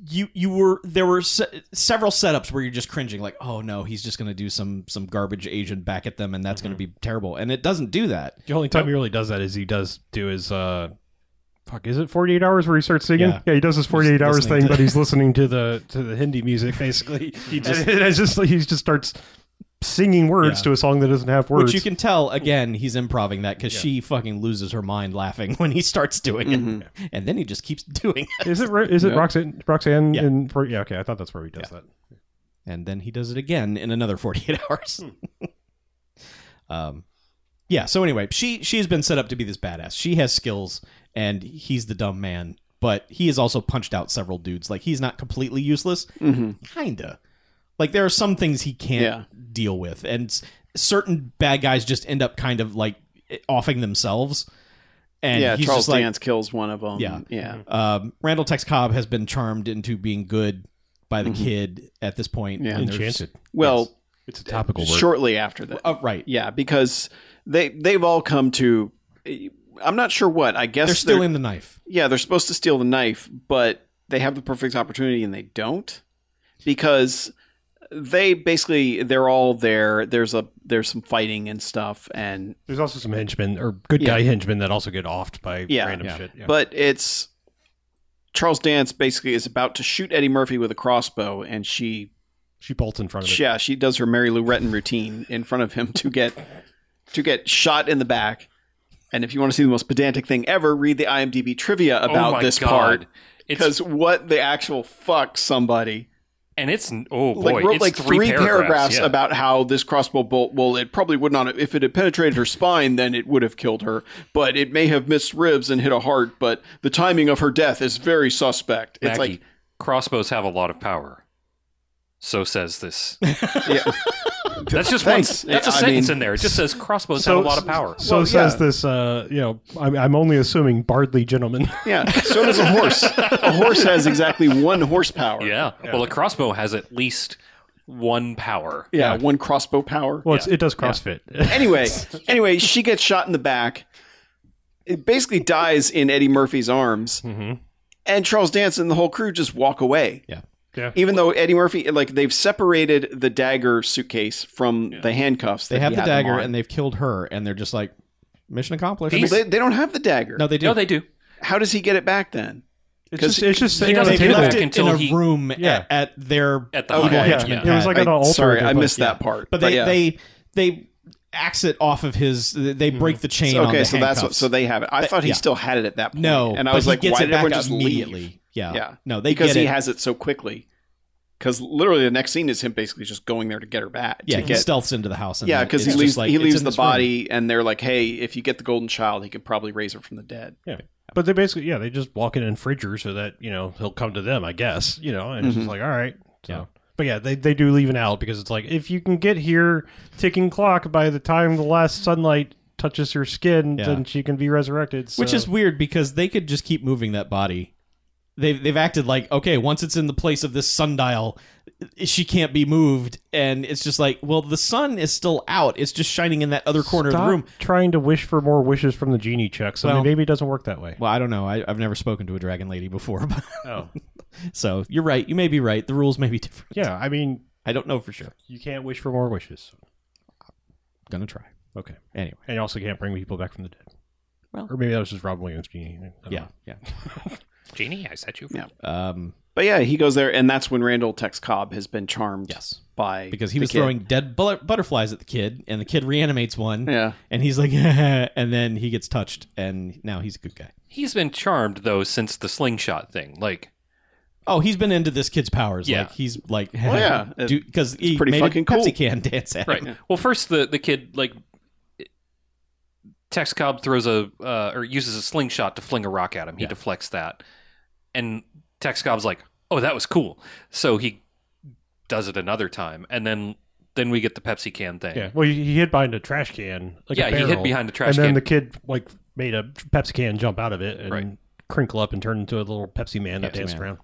Speaker 5: you you were there were se- several setups where you're just cringing, like, "Oh no, he's just going to do some some garbage Asian back at them, and that's going to be terrible." And it doesn't do that.
Speaker 3: The only time he really does that is he does do his uh, fuck. Is it forty eight hours where he starts singing?
Speaker 5: Yeah.
Speaker 3: Yeah, he does his forty eight hours
Speaker 5: listening
Speaker 3: thing,
Speaker 5: to-
Speaker 3: but he's listening to the to the Hindi music basically. he just and it's just like, he just starts singing words
Speaker 5: Yeah.
Speaker 3: to a song that doesn't have words.
Speaker 5: Which you can tell again, he's improving that because she fucking loses her mind laughing when he starts doing it, and then he just keeps doing it.
Speaker 3: is it Ro- is it Roxanne Roxanne
Speaker 5: Yeah.
Speaker 3: in for yeah okay I thought that's where he does that.
Speaker 5: and then he does it again in another 48 hours
Speaker 4: Hmm.
Speaker 5: um yeah so anyway she she has been set up to be this badass she has skills and he's the dumb man but he has also punched out several dudes like he's not completely useless
Speaker 4: Mm-hmm.
Speaker 5: kinda like there are some things he can't
Speaker 4: Yeah.
Speaker 5: deal with and s- certain bad guys just end up kind of like eh, offing themselves and
Speaker 4: yeah,
Speaker 5: he's
Speaker 4: Charles
Speaker 5: just like
Speaker 4: Dance kills one of them.
Speaker 5: Yeah.
Speaker 4: yeah,
Speaker 5: um, Randall Tex Cobb has been charmed into being good by the kid at this point
Speaker 4: Mm-hmm. Yeah.
Speaker 5: and there's-
Speaker 4: Well,
Speaker 3: It's a topical
Speaker 4: shortly after that.
Speaker 5: oh, right
Speaker 4: Yeah, because they they've all come to. I'm not sure what. I guess
Speaker 5: they're still in the knife.
Speaker 4: Yeah, they're supposed to steal the knife, but they have the perfect opportunity and they don't because they basically they're all there. There's a there's some fighting and stuff, and
Speaker 3: There's also some henchmen or good
Speaker 4: Yeah.
Speaker 3: guy henchmen that also get offed by
Speaker 4: Yeah.
Speaker 3: random
Speaker 5: Yeah.
Speaker 3: shit. Yeah.
Speaker 4: but it's Charles Dance basically is about to shoot Eddie Murphy with a crossbow, and she
Speaker 3: she bolts in front of it.
Speaker 4: yeah she does her Mary Lou Retton routine in front of him to get to get shot in the back. And if you want to see the most pedantic thing ever, read the IMDb trivia about
Speaker 1: Oh my
Speaker 4: this
Speaker 1: God.
Speaker 4: part.
Speaker 1: It's-
Speaker 4: Because what the actual fuck somebody
Speaker 1: and it's oh boy,
Speaker 4: like wrote
Speaker 1: it's
Speaker 4: like three, paragraphs,
Speaker 1: yeah.
Speaker 4: about how this crossbow bolt. Well, it probably would not. If it had penetrated her spine, then it would have killed her. But it may have missed ribs and hit a heart. But the timing of her death is very suspect. It's
Speaker 1: Mackie, crossbows have a lot of power. So says this.
Speaker 4: like, yeah,
Speaker 1: That's just one.
Speaker 4: Thanks.
Speaker 1: That's a
Speaker 4: I
Speaker 1: sentence
Speaker 4: mean-
Speaker 1: in there. It just says crossbows have a lot of power.
Speaker 3: So
Speaker 4: Well,
Speaker 3: says
Speaker 4: yeah.
Speaker 3: this, uh, you know, I'm, I'm only assuming Bardley gentleman.
Speaker 4: yeah. So does a horse. A horse has exactly one horsepower.
Speaker 1: Yeah. Well, a crossbow has at least one power.
Speaker 4: yeah, one crossbow power.
Speaker 3: well, it's, it does CrossFit.
Speaker 4: anyway, anyway, she gets shot in the back. It basically dies in Eddie Murphy's arms, and Charles Dance and the whole crew just walk away.
Speaker 5: Mm-hmm. Yeah.
Speaker 3: Yeah.
Speaker 4: Even though Eddie Murphy, like they've separated the dagger suitcase from the handcuffs.
Speaker 5: They have the dagger and
Speaker 4: they,
Speaker 5: they've killed her, and they're just like, mission accomplished.
Speaker 1: He's-
Speaker 4: they they don't have the dagger.
Speaker 5: no, they do.
Speaker 1: No, they do.
Speaker 4: How does he get it back then?
Speaker 3: It's
Speaker 4: 'Cause
Speaker 3: just, it's just
Speaker 1: he
Speaker 3: sitting on
Speaker 1: doesn't
Speaker 3: the
Speaker 5: They
Speaker 1: come
Speaker 3: table.
Speaker 5: left
Speaker 1: back
Speaker 5: it
Speaker 1: until
Speaker 5: in a
Speaker 1: he-
Speaker 5: room
Speaker 3: Yeah.
Speaker 5: at, at their
Speaker 1: At the
Speaker 4: Okay.
Speaker 1: high
Speaker 4: Oh, Yeah.
Speaker 1: management.
Speaker 3: It was like
Speaker 4: I-
Speaker 3: on an altar.
Speaker 4: sorry, I
Speaker 3: but-
Speaker 4: missed
Speaker 3: yeah.
Speaker 4: that part.
Speaker 5: but they
Speaker 4: yeah.
Speaker 5: they they axe it off of his. They
Speaker 1: Mm-hmm.
Speaker 5: break the chain. on
Speaker 4: okay,
Speaker 5: the
Speaker 4: so that's what,
Speaker 5: handcuffs.
Speaker 4: so they have it. I thought he
Speaker 5: yeah.
Speaker 4: still had it at that point.
Speaker 5: no,
Speaker 4: and I
Speaker 5: but
Speaker 4: was
Speaker 5: he
Speaker 4: like,
Speaker 5: gets
Speaker 4: why
Speaker 5: it
Speaker 4: did
Speaker 5: back
Speaker 4: everyone
Speaker 5: up
Speaker 4: just
Speaker 5: immediately?
Speaker 4: leave?
Speaker 5: Yeah,
Speaker 4: Yeah.
Speaker 5: No, they
Speaker 4: because
Speaker 5: get
Speaker 4: he
Speaker 5: it.
Speaker 4: has it so quickly. Because literally the next scene is him basically just going there to get her back.
Speaker 5: yeah,
Speaker 4: to
Speaker 5: he
Speaker 4: get,
Speaker 5: stealths into the house. And
Speaker 4: yeah,
Speaker 5: it's
Speaker 4: because he
Speaker 5: just
Speaker 4: leaves
Speaker 5: like,
Speaker 4: he
Speaker 5: it's
Speaker 4: leaves
Speaker 5: in
Speaker 4: the
Speaker 5: this room.
Speaker 4: body, and they're like, hey, if you get the golden child, he could probably raise her from the dead.
Speaker 3: But they basically, yeah, they just walk in and fridge her so that you know he'll come to them, I guess. You know, and it's just like, all right, so.
Speaker 5: Mm-hmm. Yeah.
Speaker 3: But yeah, they, they do leave an out because it's like if you can get here ticking clock by the time the last sunlight touches her skin,
Speaker 5: Yeah.
Speaker 3: then she can be resurrected.
Speaker 5: which
Speaker 3: so-
Speaker 5: is weird because they could just keep moving that body. They've they've acted like okay, once it's in the place of this sundial, she can't be moved, and it's just like, well, the sun is still out; it's just shining in that other corner of
Speaker 3: Stop
Speaker 5: the room.
Speaker 3: Trying to wish for more wishes from the genie checks. I
Speaker 5: Well-
Speaker 3: mean, maybe it doesn't work that way.
Speaker 5: Well, I don't know. I, I've never spoken to a dragon lady before, but
Speaker 3: Oh,
Speaker 5: so you're right. You may be right. The rules may be different.
Speaker 3: yeah. I mean,
Speaker 5: I don't know for sure.
Speaker 3: you can't wish for more wishes.
Speaker 5: Gonna try
Speaker 3: Okay,
Speaker 5: anyway.
Speaker 3: and you also can't bring people back from the dead.
Speaker 5: Well-
Speaker 3: or maybe that was just Robin Williams' genie. I don't
Speaker 5: Yeah,
Speaker 3: know.
Speaker 5: yeah.
Speaker 1: Genie, I set you free.
Speaker 4: Yeah.
Speaker 5: Um,
Speaker 4: But yeah, he goes there, and that's when Randall Tex Cobb has been charmed
Speaker 5: yes,
Speaker 4: by
Speaker 5: because he
Speaker 4: the
Speaker 5: was
Speaker 4: kid.
Speaker 5: throwing dead bu- butterflies at the kid, and the kid reanimates one.
Speaker 4: Yeah.
Speaker 5: and he's like, and then he gets touched, and now he's a good guy.
Speaker 1: He's been charmed though since the slingshot thing. Like
Speaker 5: Oh, he's been into this kid's powers.
Speaker 1: Yeah. Oh,
Speaker 5: Like he's like,
Speaker 4: Well, yeah.
Speaker 5: because he
Speaker 4: pretty
Speaker 5: made
Speaker 4: fucking
Speaker 5: a Pepsi
Speaker 4: cool.
Speaker 5: can dance at
Speaker 1: right.
Speaker 5: him.
Speaker 1: Well, first the the kid like Tex Cobb throws a uh, or uses a slingshot to fling a rock at him. He
Speaker 5: Yeah.
Speaker 1: deflects that, and Tex Cobb's like, "Oh, that was cool." So he does it another time, and then then we get the Pepsi can thing.
Speaker 3: Yeah. Well, he, he hid behind a trash can. Like a
Speaker 1: Yeah, he hid
Speaker 3: barrel,
Speaker 1: behind a trash
Speaker 3: And then
Speaker 1: can.
Speaker 3: the kid like made a Pepsi can jump out of it and
Speaker 1: Right.
Speaker 3: crinkle up and turn into a little Pepsi man that
Speaker 5: Pepsi
Speaker 3: danced
Speaker 5: man.
Speaker 3: around.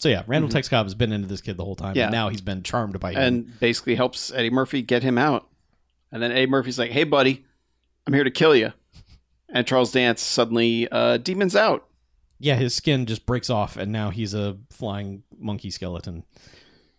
Speaker 5: So yeah, Randall
Speaker 1: Mm-hmm.
Speaker 5: Tex Cobb has been into this kid the whole time.
Speaker 4: Yeah.
Speaker 5: and now he's been charmed by him.
Speaker 4: and basically helps Eddie Murphy get him out. And then Eddie Murphy's like, "Hey, buddy, I'm here to kill you." And Charles Dance suddenly uh, demons out.
Speaker 5: yeah, his skin just breaks off, and now he's a flying monkey skeleton.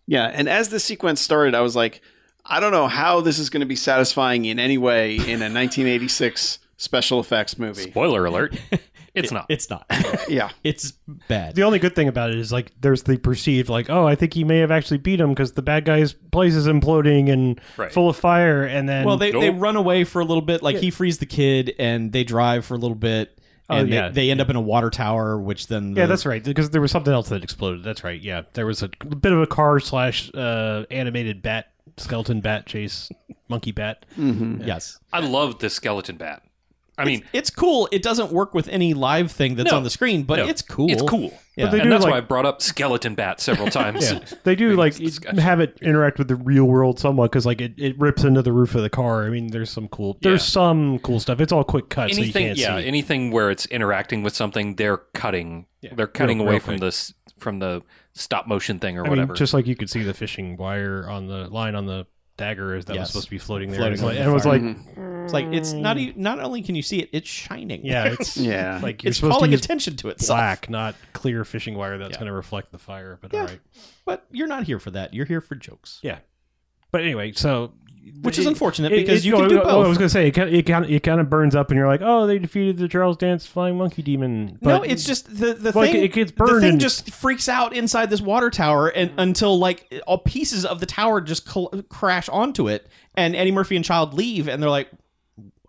Speaker 4: Yeah, and as the sequence started, I was like, "I don't know how this is going to be satisfying in any way in a 1986 special effects movie."
Speaker 1: Spoiler alert: It's
Speaker 5: It-
Speaker 1: not.
Speaker 5: It's not.
Speaker 4: Yeah,
Speaker 5: it's bad.
Speaker 3: The only good thing about it is like there's the perceived like oh I think he may have actually beat him because the bad guy's place is imploding and
Speaker 1: Right.
Speaker 3: full of fire and then
Speaker 5: Well, they, they
Speaker 1: Nope.
Speaker 5: run away for a little bit. Like he frees the kid, and they drive for a little bit,
Speaker 3: Oh,
Speaker 5: and
Speaker 3: yeah.
Speaker 5: they, they end up in a water tower, which then
Speaker 3: yeah
Speaker 5: the-
Speaker 3: that's right because there was something else that exploded that's right yeah there was a bit of a car slash uh, animated bat skeleton bat chase monkey bat
Speaker 1: Mm-hmm.
Speaker 5: yes.
Speaker 1: I love the skeleton bat. I mean,
Speaker 5: It's cool. It doesn't work with any live thing that's
Speaker 1: No.
Speaker 5: on the screen, but
Speaker 1: no,
Speaker 5: it's cool.
Speaker 1: It's cool.
Speaker 5: Yeah.
Speaker 3: they
Speaker 1: and
Speaker 3: do,
Speaker 1: that's why I
Speaker 3: like-
Speaker 1: brought up skeleton bat several times.
Speaker 3: Yeah, they do like have it interact with the real world somewhat because like it, it rips into the roof of the car. I mean, there's some cool, there's
Speaker 1: Yeah.
Speaker 3: some cool stuff. It's all quick cuts, so you
Speaker 1: anything
Speaker 3: can't
Speaker 1: yeah
Speaker 3: see.
Speaker 1: anything where it's interacting with something they're cutting they're cutting
Speaker 3: real-
Speaker 1: away
Speaker 3: real
Speaker 1: from
Speaker 3: quick.
Speaker 1: the s- from the stop motion thing or
Speaker 3: I
Speaker 1: whatever
Speaker 3: mean, just like you could see the fishing wire on the line on the dagger that
Speaker 5: Yes.
Speaker 3: was supposed to be floating there.
Speaker 5: Floating
Speaker 3: It's like-
Speaker 5: over
Speaker 3: and it was
Speaker 5: the Mm-hmm.
Speaker 3: like,
Speaker 4: Mm-hmm.
Speaker 5: It's like it's not. e- Not only can you see it, it's shining.
Speaker 3: Mm. yeah, it's
Speaker 4: yeah.
Speaker 3: like you're
Speaker 5: it's
Speaker 3: supposed to
Speaker 5: calling
Speaker 3: use
Speaker 5: attention to itself.
Speaker 3: black, not clear fishing wire that's
Speaker 5: Yeah.
Speaker 3: going to reflect the fire. But
Speaker 5: Yeah.
Speaker 3: all right,
Speaker 5: But you're not here for that. You're here for jokes,
Speaker 3: yeah. But anyway, so
Speaker 5: which
Speaker 3: is
Speaker 5: is unfortunate because you can
Speaker 3: oh,
Speaker 5: do
Speaker 3: oh, I was
Speaker 5: both.
Speaker 3: going to say it kind, of, it, kind of, it kind of burns up, and you're like, oh, they defeated the Charles Dance flying monkey demon.
Speaker 5: No,
Speaker 3: But-
Speaker 5: it's just the the
Speaker 3: Like,
Speaker 5: thing.
Speaker 3: it gets
Speaker 5: The
Speaker 3: burned Mm.
Speaker 5: thing
Speaker 3: and-
Speaker 5: just freaks out inside this water tower, and until like all pieces of the tower just cl- crash onto it, and Eddie Murphy and Child leave, and they're like,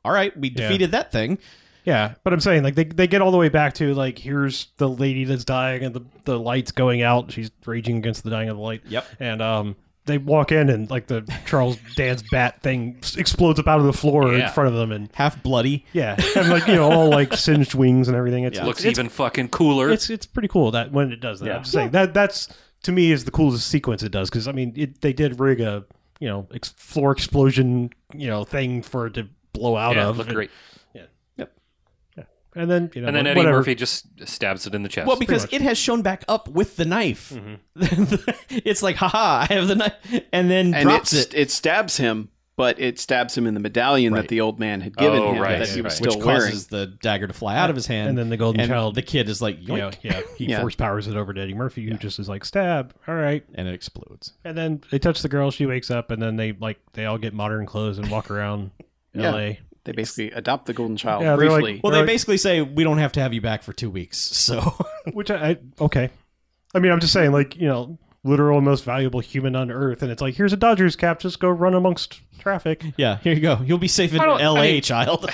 Speaker 5: "All right, we
Speaker 3: Yeah.
Speaker 5: defeated that thing."
Speaker 3: Yeah, but I'm saying like they, they get all the way back to like here's the lady that's dying and the, the light's going out. She's raging against the dying of the light.
Speaker 5: Yep.
Speaker 3: And um, they walk in and like the Charles Dance bat thing s- explodes up out of the floor
Speaker 1: Yeah.
Speaker 3: in front of them and
Speaker 5: Half bloody.
Speaker 3: yeah, and like you know all like singed wings and everything. It's
Speaker 1: it looks
Speaker 3: it's,
Speaker 1: even fucking cooler
Speaker 3: it's it's pretty cool that when it does that. I'm just saying that that's to me is the coolest sequence it does because I mean it, they did rig a you know ex- floor explosion you know thing for it to blow out
Speaker 1: yeah, it
Speaker 3: of
Speaker 1: looked
Speaker 3: and,
Speaker 1: great
Speaker 3: and then you know
Speaker 1: and then Eddie
Speaker 3: whatever.
Speaker 1: Murphy just stabs it in the chest
Speaker 5: Well, because it has shown back up with the knife.
Speaker 3: Mm-hmm.
Speaker 5: it's like, haha, I have the knife, and then
Speaker 4: and
Speaker 5: drops
Speaker 4: it's,
Speaker 5: it.
Speaker 4: it. stabs him, but it stabs him in the medallion that the old man had given
Speaker 1: Oh,
Speaker 4: him
Speaker 1: right,
Speaker 4: that he was
Speaker 1: right.
Speaker 4: still
Speaker 5: which
Speaker 4: wearing.
Speaker 5: causes the dagger to fly out of his hand.
Speaker 3: And then the golden
Speaker 5: and
Speaker 3: child-
Speaker 5: The kid is like,
Speaker 3: you know,
Speaker 5: yoink,
Speaker 3: yeah, he
Speaker 4: Yeah.
Speaker 3: force powers it over to Eddie Murphy, who just is like, stab, all right.
Speaker 5: and it explodes.
Speaker 3: And then they touch the girl, she wakes up, and then they like they all get modern clothes and walk around
Speaker 4: Yeah.
Speaker 3: L.A.
Speaker 4: They basically adopt the golden child
Speaker 3: Yeah, they're like-
Speaker 4: briefly.
Speaker 5: Well,
Speaker 3: They're
Speaker 5: they
Speaker 3: like-
Speaker 5: basically say we don't have to have you back for two weeks. So
Speaker 3: Which I, I okay. I mean, I'm just saying, like you know, literal most valuable human on earth, and it's like here's a Dodgers cap, just go run amongst traffic.
Speaker 5: yeah, here you go. You'll be safe in
Speaker 1: I don't- I
Speaker 5: L.A.,
Speaker 1: mean-
Speaker 5: child.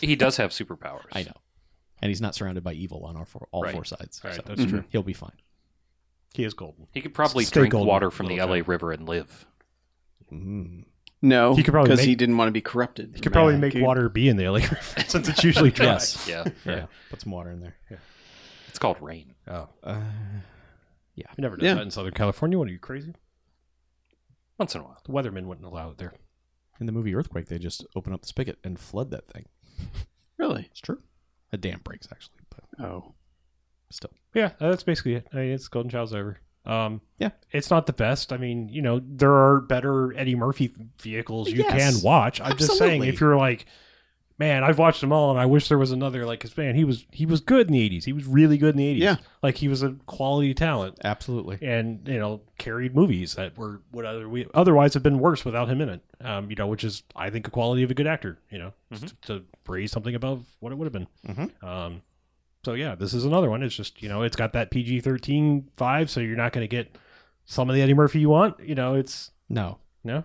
Speaker 1: He does have superpowers.
Speaker 5: I know, and he's not surrounded by evil on our four, all
Speaker 1: Right.
Speaker 5: four sides.
Speaker 1: Right,
Speaker 5: so mm-hmm.
Speaker 1: that's
Speaker 4: true.
Speaker 5: He'll be fine.
Speaker 3: He is golden.
Speaker 1: He could probably
Speaker 3: Stay
Speaker 1: drink
Speaker 3: golden,
Speaker 1: water from the
Speaker 3: little
Speaker 1: LA River and live.
Speaker 4: no,
Speaker 5: Mm-hmm.
Speaker 3: He could probably
Speaker 4: because
Speaker 3: make-
Speaker 4: he didn't want to be corrupted.
Speaker 3: He could probably make
Speaker 4: he-
Speaker 3: water be in the LA River since it's usually dry.
Speaker 5: Yes.
Speaker 1: Yeah.
Speaker 5: Yeah. Put some water in there.
Speaker 1: It's called rain.
Speaker 3: Oh,
Speaker 5: Uh,
Speaker 3: he never does
Speaker 4: Yeah.
Speaker 3: that in Southern California. What are you crazy?
Speaker 1: Once in a while.
Speaker 3: The weathermen wouldn't allow it there.
Speaker 5: in the movie Earthquake, they just open up the spigot and flood that thing.
Speaker 4: Really?
Speaker 5: It's true. A dam breaks actually, but
Speaker 4: Oh,
Speaker 5: still.
Speaker 3: Yeah, that's basically it. I mean, it's Golden Child's over. Um,
Speaker 5: Yeah.
Speaker 3: it's not the best. I mean, you know, there are better Eddie Murphy vehicles you
Speaker 5: Yes,
Speaker 3: can watch. I'm just saying,
Speaker 5: absolutely.
Speaker 3: if you're like, man, I've watched them all, and I wish there was another like, because man, he was he was good in the '80s. He was really good in the '80s.
Speaker 4: Yeah.
Speaker 3: like he was a quality talent,
Speaker 5: Absolutely.
Speaker 3: and you know, carried movies that were would other we otherwise have been worse without him in it. Um, you know, which is I think a quality of a good actor. You know, to,
Speaker 5: Mm-hmm.
Speaker 3: to raise something above what it would have been. Um, so yeah, this is another one. It's just you know it's got that PG 13 vibe, so you're not going to get some of the Eddie Murphy you want. You know, it's
Speaker 5: No.
Speaker 3: no.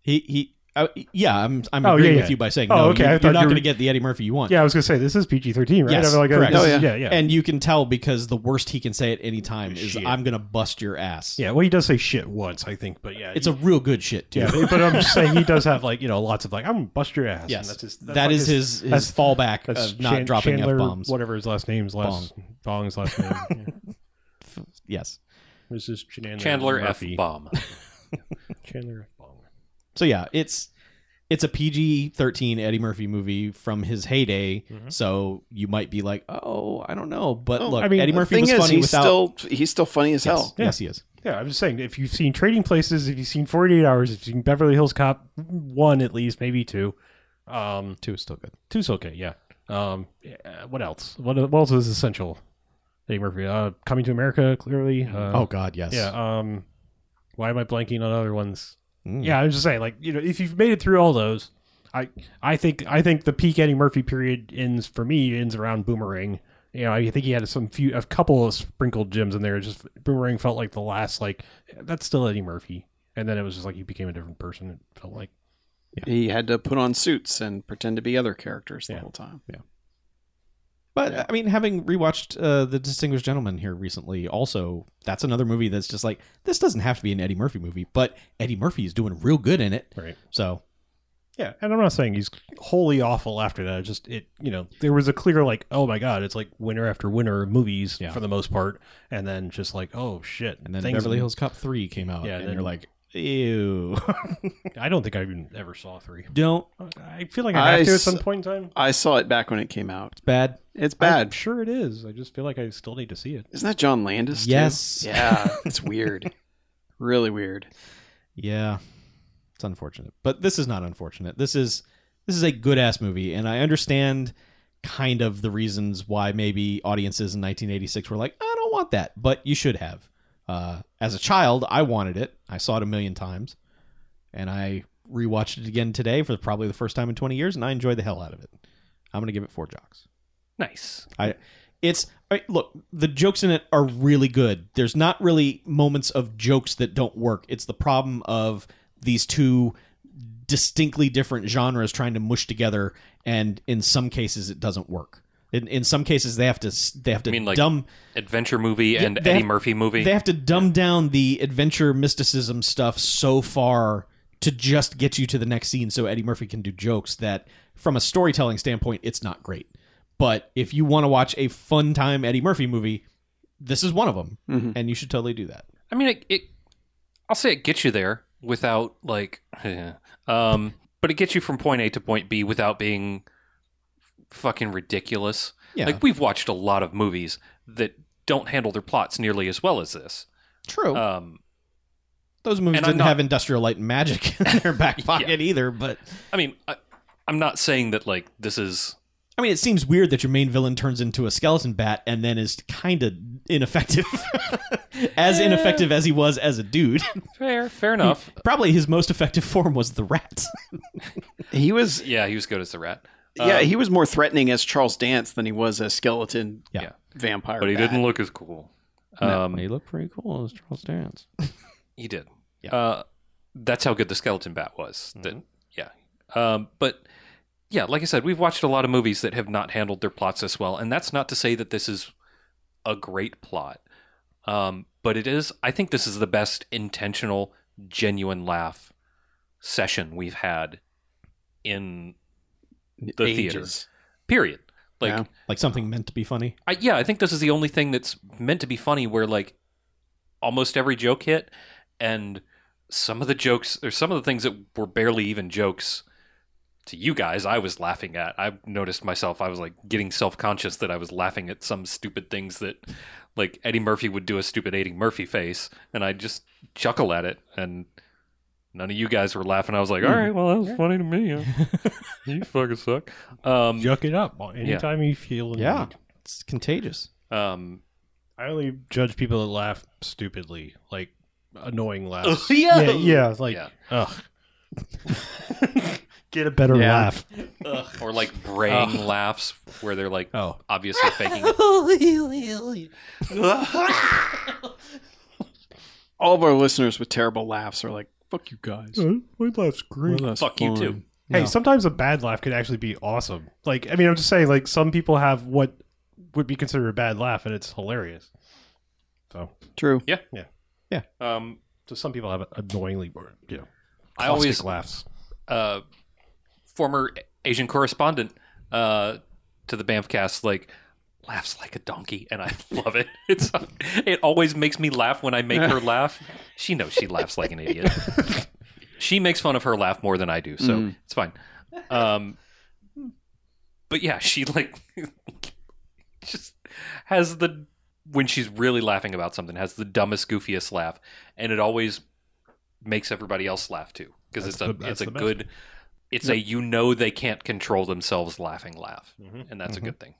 Speaker 5: He he. Uh, yeah, I'm. I'm
Speaker 3: Oh,
Speaker 5: agreeing
Speaker 3: yeah,
Speaker 5: with
Speaker 3: yeah.
Speaker 5: you by saying
Speaker 3: Oh,
Speaker 5: no.
Speaker 3: okay, I
Speaker 5: You're,
Speaker 3: thought
Speaker 5: you're not
Speaker 3: you were-
Speaker 5: going to get the Eddie Murphy you want.
Speaker 3: Yeah, I was going to say this is PG 13, right?
Speaker 5: Yes,
Speaker 3: I mean,
Speaker 5: correct.
Speaker 3: this
Speaker 4: Oh,
Speaker 3: is- yeah,
Speaker 5: yeah.
Speaker 3: yeah.
Speaker 5: And you can tell because the worst he can say at any time is
Speaker 3: Shit.
Speaker 5: "I'm gonna bust your ass."
Speaker 3: yeah, well, he does say shit once, I think, but yeah,
Speaker 5: it's
Speaker 3: he-
Speaker 5: a real good shit, dude.
Speaker 3: yeah. but- But I'm just saying he does have like you know lots of like I'm gonna bust your ass. and
Speaker 5: yes,
Speaker 3: that's his, that's
Speaker 5: that
Speaker 3: like
Speaker 5: is his his
Speaker 3: that's-
Speaker 5: fallback
Speaker 3: that's
Speaker 5: of not
Speaker 3: Chan-
Speaker 5: dropping f
Speaker 3: Chandler,
Speaker 5: bombs.
Speaker 3: Whatever his last name's last Bong's last name. Yeah.
Speaker 5: Yes.
Speaker 3: This is Chandler,
Speaker 1: Chandler F
Speaker 3: Murphy.
Speaker 1: bomb.
Speaker 3: Chandler F Bong.
Speaker 5: So yeah, it's it's a PG thirteen Eddie Murphy movie from his heyday. So you might be like, "Oh, I don't know," but
Speaker 4: Oh,
Speaker 5: look,
Speaker 3: Mm-hmm. I mean,
Speaker 5: Eddie
Speaker 3: the
Speaker 5: Murphy
Speaker 4: thing
Speaker 5: was
Speaker 4: is,
Speaker 5: funny
Speaker 4: he's
Speaker 5: without.
Speaker 4: still he's still funny as
Speaker 5: yes,
Speaker 4: hell.
Speaker 5: yes, he is.
Speaker 3: Yeah, I'm just saying if you've seen Trading Places, if you've seen 48 Hours, if you've seen Beverly Hills Cop one at least, maybe two. Um,
Speaker 5: Two is still good.
Speaker 3: two's okay, yeah. Um, yeah, what else? What, what else is essential? Eddie Murphy, uh, Coming to America, clearly. Uh,
Speaker 5: oh God, yes.
Speaker 3: yeah. Um, why am I blanking on other ones?
Speaker 5: Mm.
Speaker 3: Yeah, I'm just saying, like you know, if you've made it through all those, I I think I think the peak Eddie Murphy period ends for me ends around Boomerang. You know, I think he had some few a couple of sprinkled gems in there. Just Boomerang felt like the last like that's still Eddie Murphy, and then it was just like he became a different person. It felt like
Speaker 4: He had to put on suits and pretend to be other characters the
Speaker 3: Yeah.
Speaker 4: whole time.
Speaker 5: But I mean, having rewatched uh, the Distinguished Gentleman here recently, also that's another movie that's just like this doesn't have to be an Eddie Murphy movie, but Eddie Murphy is doing real good in it.
Speaker 3: right.
Speaker 5: So
Speaker 3: Yeah, and I'm not saying he's wholly awful after that. It's Just it, you know, there was a clear like, oh my god, it's like winter after winter of movies
Speaker 5: Yeah.
Speaker 3: for the most part, and then just like, oh shit,
Speaker 5: and then
Speaker 3: things-
Speaker 5: Beverly Hills Cop three came out,
Speaker 3: Yeah,
Speaker 5: and
Speaker 3: then-
Speaker 5: you're like, ew,
Speaker 3: I don't think I even ever saw three.
Speaker 5: don't
Speaker 3: I feel like I have
Speaker 4: I
Speaker 3: to at
Speaker 4: s-
Speaker 3: some point in time.
Speaker 4: I saw it back when it came out.
Speaker 5: bad.
Speaker 4: It's
Speaker 3: I'm
Speaker 4: bad.
Speaker 3: sure it is. I just feel like I still need to see it.
Speaker 4: Isn't that John Landis? too?
Speaker 5: Yes.
Speaker 4: Yeah, it's weird. really weird.
Speaker 5: Yeah, it's unfortunate, but this is not unfortunate. This is this is a good ass movie, and I understand kind of the reasons why maybe audiences in 1986 were like, I don't want that, but you should have. Uh, as a child, I wanted it. I saw it a million times, and I rewatched it again today for probably the first time in 20 years, and I enjoyed the hell out of it. I'm gonna give it four jocks.
Speaker 1: Nice.
Speaker 5: I it's I, look the jokes in it are really good. There's not really moments of jokes that don't work. It's the problem of these two distinctly different genres trying to mush together, and in some cases it doesn't work. In, in some cases they have to s- they have to
Speaker 1: You mean like
Speaker 5: dumb
Speaker 1: Adventure movie and
Speaker 5: they
Speaker 1: Eddie
Speaker 5: have-
Speaker 1: Murphy movie.
Speaker 5: they have to dumb down the adventure mysticism stuff so far to just get you to the next scene so Eddie Murphy can do jokes that from a storytelling standpoint it's not great. But if you want to watch a fun time Eddie Murphy movie, this is one of them
Speaker 4: Mm-hmm.
Speaker 5: and you should totally do that.
Speaker 1: I mean, it, it. I'll say it gets you there without like, um, but it gets you from point A to point B without being fucking ridiculous.
Speaker 5: Yeah.
Speaker 1: Like we've watched a lot of movies that don't handle their plots nearly as well as this.
Speaker 5: True.
Speaker 1: Um,
Speaker 5: Those movies
Speaker 1: and I'm
Speaker 5: didn't
Speaker 1: not-
Speaker 5: have industrial light and magic in their back pocket either, but
Speaker 1: I mean, I, I'm not saying that like this is
Speaker 5: I mean it seems weird that your main villain turns into a skeleton bat and then is kind of ineffective. as ineffective as he was as a dude.
Speaker 1: Fair, fair enough.
Speaker 5: Probably his most effective form was the rat.
Speaker 4: He was
Speaker 1: yeah, he was good as the rat.
Speaker 4: yeah, he was more threatening as Charles Dance than he was a skeleton
Speaker 1: Yeah.
Speaker 4: vampire.
Speaker 1: But he
Speaker 4: bat.
Speaker 1: didn't look as cool. Um,
Speaker 5: he looked pretty cool as Charles Dance.
Speaker 1: He did. Uh, that's how good the skeleton bat was.
Speaker 5: Mm-hmm.
Speaker 1: That yeah. Um, but yeah, like I said, we've watched a lot of movies that have not handled their plots this well, and that's not to say that this is a great plot. Um, but it is. I think this is the best intentional, genuine laugh session we've had in the theater.
Speaker 4: Ages.
Speaker 1: Period. Like
Speaker 4: Yeah.
Speaker 5: Like something meant to be funny.
Speaker 1: I, yeah, I think this is the only thing that's meant to be funny where like almost every joke hit and some of the jokes or some of the things that were barely even jokes to you guys I was laughing at. I noticed myself I was like getting self-conscious that I was laughing at some stupid things that like Eddie Murphy would do a stupid Eddie Murphy face and I just chuckle at it and none of you guys were laughing. I was like, "All right, well that was funny to me. you fucking suck." Um
Speaker 3: Yuck it up anytime you feel the need.
Speaker 5: It's contagious.
Speaker 1: um
Speaker 3: I only judge people that laugh stupidly, like annoying laughs.
Speaker 1: yeah.
Speaker 3: yeah, yeah, it's like
Speaker 1: Yeah.
Speaker 3: ugh. Get a better
Speaker 4: Yeah.
Speaker 3: laugh.
Speaker 1: or like braying laughs where they're like
Speaker 3: Oh,
Speaker 1: obviously faking it.
Speaker 4: All of our listeners with terrible laughs are like, "Fuck you guys."
Speaker 3: Uh, my laugh's great.
Speaker 1: Fuck you too.
Speaker 3: Hey, sometimes a bad laugh could actually be awesome. Like, I mean, I'm just saying, like, some people have what would be considered a bad laugh, and it's hilarious. So,
Speaker 4: True.
Speaker 1: Um,
Speaker 3: so some people have annoyingly, you know,
Speaker 1: I always
Speaker 3: caustic laughs.
Speaker 1: uh, former Asian correspondent uh, to the Bamfcast like laughs like a donkey, and I love it. It's it always makes me laugh when I make her laugh. She knows she laughs like an idiot. she makes fun of her laugh more than I do, so
Speaker 3: Mm.
Speaker 1: it's fine. Um, but yeah, she like just has the when she's really laughing about something has the dumbest goofiest laugh and it always makes everybody else laugh too because it's a
Speaker 3: the-
Speaker 1: it's
Speaker 3: that's
Speaker 1: a
Speaker 3: the best.
Speaker 1: good it's a you know they can't control themselves laughing laugh and that's
Speaker 3: Mm-hmm.
Speaker 1: a good thing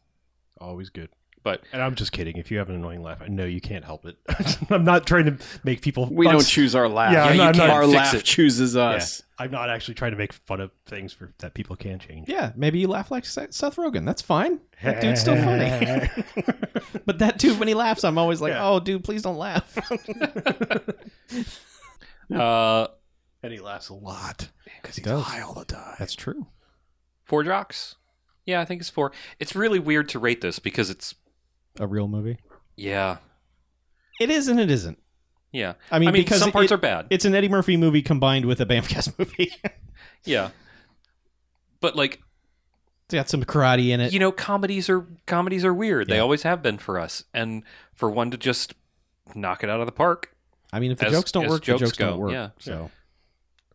Speaker 3: Always good.
Speaker 1: but
Speaker 3: And I'm just kidding. If you have an annoying laugh, I know you can't help it. I'm not trying to make people.
Speaker 4: We
Speaker 3: I'm
Speaker 4: don't
Speaker 3: s-
Speaker 4: choose our laugh.
Speaker 3: Yeah, I'm Yeah, not- you I'm not-
Speaker 4: our
Speaker 1: can't fix
Speaker 4: laugh
Speaker 1: it.
Speaker 4: chooses
Speaker 3: yeah,
Speaker 4: us.
Speaker 3: I'm not actually trying to make fun of things for, that people can change.
Speaker 5: Yeah, maybe you laugh like Se- Seth Rogen. That's fine. That dude's still funny. but that dude, when he laughs, I'm always like,
Speaker 3: Yeah.
Speaker 5: oh, dude, please don't laugh.
Speaker 1: uh
Speaker 3: and he laughs a lot because he's
Speaker 5: does.
Speaker 3: high all the time.
Speaker 5: That's true.
Speaker 1: four jocks yeah i think it's four it's really weird to rate this because it's
Speaker 5: A real movie.
Speaker 1: yeah
Speaker 5: It is and it isn't.
Speaker 1: yeah
Speaker 5: I mean,
Speaker 1: i mean
Speaker 5: because
Speaker 1: some parts
Speaker 5: it-
Speaker 1: are bad
Speaker 5: It's an Eddie Murphy movie combined with a Bamfcast movie.
Speaker 1: yeah but like
Speaker 5: it's got some karate in it.
Speaker 1: you know comedies are comedies are weird they always have been for us and for one to just knock it out of the park
Speaker 5: I mean, if the
Speaker 1: As-
Speaker 5: jokes don't
Speaker 1: as
Speaker 5: work,
Speaker 1: jokes
Speaker 5: the jokes
Speaker 1: go,
Speaker 5: don't work.
Speaker 1: yeah.
Speaker 5: So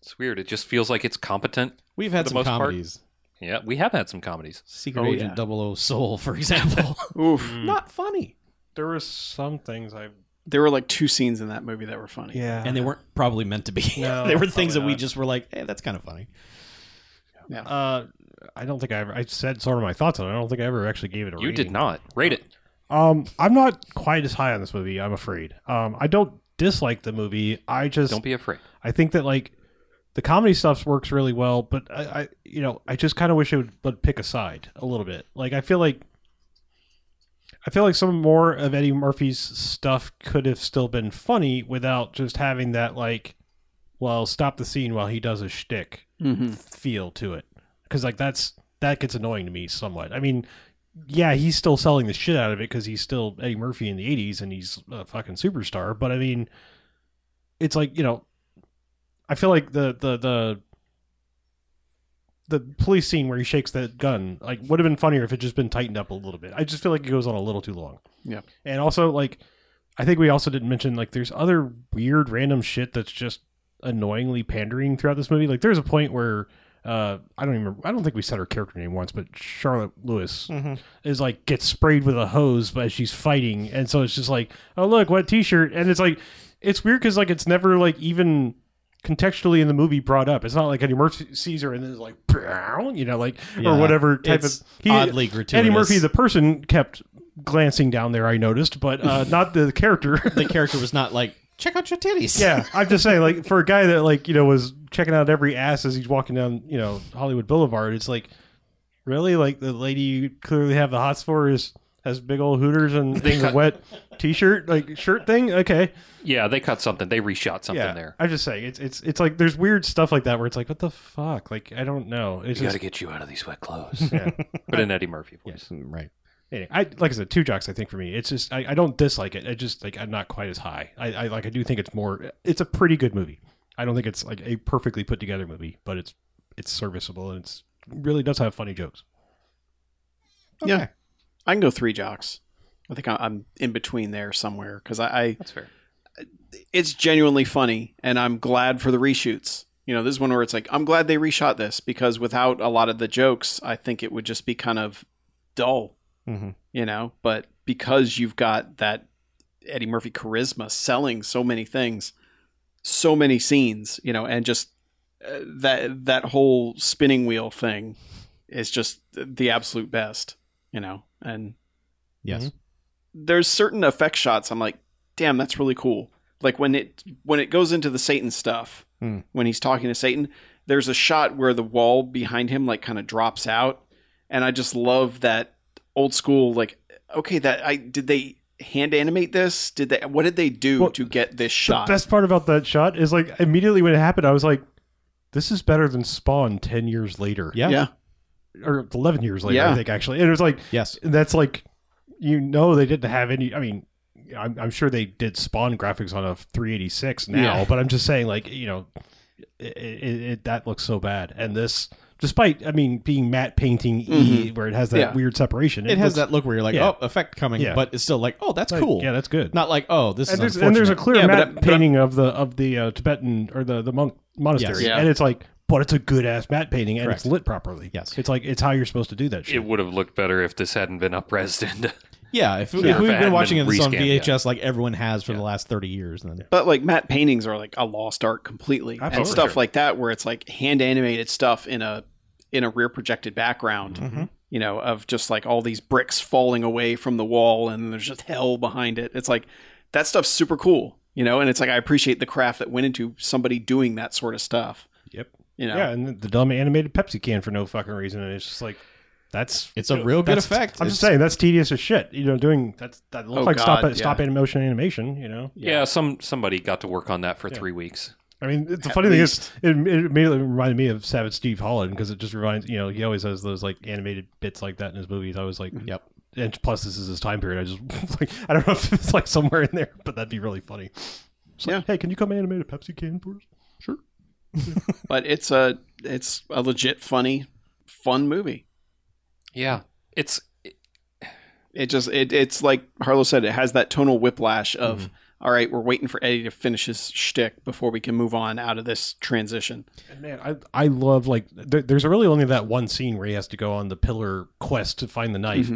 Speaker 1: it's weird it just feels like it's competent
Speaker 5: we've had
Speaker 1: the
Speaker 5: some
Speaker 1: most part.
Speaker 5: comedies.
Speaker 1: yeah we have had some comedies
Speaker 5: Secret
Speaker 4: Oh,
Speaker 5: Agent
Speaker 4: yeah.
Speaker 5: Double O Soul, for example.
Speaker 4: Oof.
Speaker 5: Not funny.
Speaker 3: There were some things I.
Speaker 4: There were like two scenes in that movie that were funny.
Speaker 3: Yeah.
Speaker 5: And they weren't probably meant to be.
Speaker 3: Uh-huh. No,
Speaker 5: they were things that
Speaker 3: probably
Speaker 5: we
Speaker 3: not.
Speaker 5: just were like, hey, that's kind of funny.
Speaker 3: Uh, I don't think I ever. I said sort of my thoughts on it. I don't think I ever actually gave it a.
Speaker 1: you
Speaker 3: rating.
Speaker 1: did not rate it
Speaker 3: Um, I'm not quite as high on this movie. I'm afraid. Um, I don't dislike the movie. I just
Speaker 1: don't be afraid
Speaker 3: I think that like the comedy stuff works really well, but I, I you know, I just kind of wish it would but pick a side a little bit. Like I feel like I feel like some more of Eddie Murphy's stuff could have still been funny without just having that like, well, stop the scene while he does a shtick
Speaker 4: Mhm.
Speaker 3: feel to it, because like that's that gets annoying to me somewhat. I mean. Yeah, he's still selling the shit out of it because he's still Eddie Murphy in the '80s and he's a fucking superstar. But I mean, it's like you know, I feel like the the the the police scene where he shakes that gun like would have been funnier if it just been tightened up a little bit. I just feel like it goes on a little too long.
Speaker 4: Yeah.
Speaker 3: And also like I think we also didn't mention like there's other weird random shit that's just annoyingly pandering throughout this movie. Like there's a point where uh, I don't even. Remember, I don't think we said her character name once, but Charlotte Lewis
Speaker 5: Mm-hmm.
Speaker 3: is like gets sprayed with a hose as she's fighting, and so it's just like, oh look, wet T-shirt, and it's like, it's weird because like it's never like even contextually in the movie brought up. It's not like Eddie Murphy sees her and then is like, "Pow," you know, like
Speaker 5: Yeah.
Speaker 3: or whatever type
Speaker 5: It's
Speaker 3: of he,
Speaker 5: oddly
Speaker 3: Eddie
Speaker 5: gratuitous.
Speaker 3: Murphy, the person, kept glancing down there, I noticed, but uh, not the character.
Speaker 5: The character was not like, check out your titties.
Speaker 3: yeah, I'm just saying, like for a guy that like you know was checking out every ass as he's walking down you know Hollywood Boulevard, it's like really like the lady you clearly have the hots for is has big old hooters and, and the wet t-shirt like shirt thing. Okay,
Speaker 1: Yeah, they cut something. They reshot something
Speaker 3: yeah,
Speaker 1: there.
Speaker 3: I'm just saying it's it's it's like there's weird stuff like that where it's like what the fuck like I don't know. It's
Speaker 1: We got
Speaker 3: just,
Speaker 1: to get you out of these wet clothes.
Speaker 3: yeah.
Speaker 1: but in Eddie Murphy voice.
Speaker 5: Right.
Speaker 3: Anyway, I like I said, two jocks. I think for me, it's just I, I don't dislike it. I just like I'm not quite as high. I, I like I do think it's more. It's a pretty good movie. I don't think it's like a perfectly put together movie, but it's it's serviceable and it's really does have funny jokes.
Speaker 4: Yeah, I can go three jocks. I think I- I'm in between there somewhere because I, I
Speaker 1: That's fair.
Speaker 4: it's genuinely funny, and I'm glad for the reshoots. You know, this is one where it's like I'm glad they reshot this because without a lot of the jokes, I think it would just be kind of dull.
Speaker 5: Mhm.
Speaker 4: You know, but because you've got that Eddie Murphy charisma selling so many things, so many scenes, you know, and just uh, that that whole spinning wheel thing is just the absolute best. You know, and
Speaker 5: Yes.
Speaker 3: Mm-hmm.
Speaker 4: there's certain effect shots I'm like, damn, that's really cool. Like when it when it goes into the Satan stuff,
Speaker 5: Hmm.
Speaker 4: when he's talking to Satan, there's a shot where the wall behind him like kind of drops out, and I just love that old school like, okay, that I did they hand animate this? Did they what did they do
Speaker 3: Well,
Speaker 4: to get this shot?
Speaker 3: The best part about that shot is like immediately when it happened, I was like, "This is better than Spawn ten years later,
Speaker 5: Yeah.
Speaker 4: yeah,
Speaker 3: or eleven years later, I
Speaker 4: Yeah.
Speaker 3: think actually." And it was like
Speaker 5: Yes.
Speaker 3: that's like you know they didn't have any i mean i'm, I'm sure they did spawn graphics on a 386 now
Speaker 4: Yeah.
Speaker 3: but i'm just saying like you know it, it, it, that looks so bad and this despite i mean being matte painting e where it has that
Speaker 4: Yeah.
Speaker 3: weird separation
Speaker 5: It has
Speaker 3: looks
Speaker 5: that look where you're like,
Speaker 3: Yeah.
Speaker 5: oh, effect coming,
Speaker 3: Yeah.
Speaker 5: but it's still like, oh, that's
Speaker 3: like-
Speaker 5: cool.
Speaker 3: yeah that's good
Speaker 5: Not like, oh, this
Speaker 3: and
Speaker 5: is
Speaker 3: there's, and there's a
Speaker 5: unfortunate.
Speaker 3: clear
Speaker 4: Yeah,
Speaker 3: matte
Speaker 4: but I- but I-
Speaker 3: painting of the of the uh, tibetan or the the monk monastery
Speaker 4: Yes. Yeah.
Speaker 3: and it's like but it's a good ass matte painting and it's
Speaker 5: Correct.
Speaker 3: lit properly
Speaker 5: Yes.
Speaker 3: it's like it's how you're supposed to do that shit
Speaker 1: It would have looked better if this hadn't been upresed into.
Speaker 5: yeah. If, if
Speaker 1: Yeah.
Speaker 5: we've been
Speaker 1: Batman
Speaker 5: watching this on
Speaker 1: rescan, yeah.
Speaker 5: VHS like everyone has for the last thirty years, then
Speaker 4: But like matte paintings are like a lost art completely, and
Speaker 3: Absolutely.
Speaker 4: stuff like that, where it's like hand animated stuff in a in a rear projected background,
Speaker 3: Mm-hmm.
Speaker 4: you know, of just like all these bricks falling away from the wall, and there's just hell behind it. It's like that stuff's super cool, you know, and it's like I appreciate the craft that went into somebody doing that sort of stuff.
Speaker 3: Yep.
Speaker 4: You know,
Speaker 3: Yeah, and the dumb animated Pepsi can for no fucking reason, and it's just like that's
Speaker 5: It's a real good
Speaker 3: that's-
Speaker 5: effect.
Speaker 3: I'm
Speaker 5: It's-
Speaker 3: just saying that's tedious as shit. You know, doing that's that looks
Speaker 4: Oh,
Speaker 3: like stop
Speaker 4: God,
Speaker 3: stop animation animation. You know,
Speaker 1: Yeah. some somebody got to work on that for three wecs.
Speaker 3: I mean, the
Speaker 4: At
Speaker 3: funny thing is, it, it immediately reminded me of Savage Steve Holland because it just reminds you know he always has those like animated bits like that in his movies. I was like,
Speaker 5: Yep.
Speaker 3: and plus this is his time period. I just like I don't know if it's like somewhere in there, but that'd be really funny. It's like,
Speaker 4: Yeah.
Speaker 3: hey, can you come animate a Pepsi can for us?
Speaker 4: but it's a it's a legit funny, fun movie.
Speaker 1: Yeah, it's
Speaker 4: It just it it's like Harlow said, it has that tonal whiplash of
Speaker 3: Mm-hmm.
Speaker 4: all right, we're waiting for Eddie to finish his shtick before we can move on out of this transition.
Speaker 3: And Man, I I love like there, there's really only that one scene where he has to go on the pillar quest to find the knife.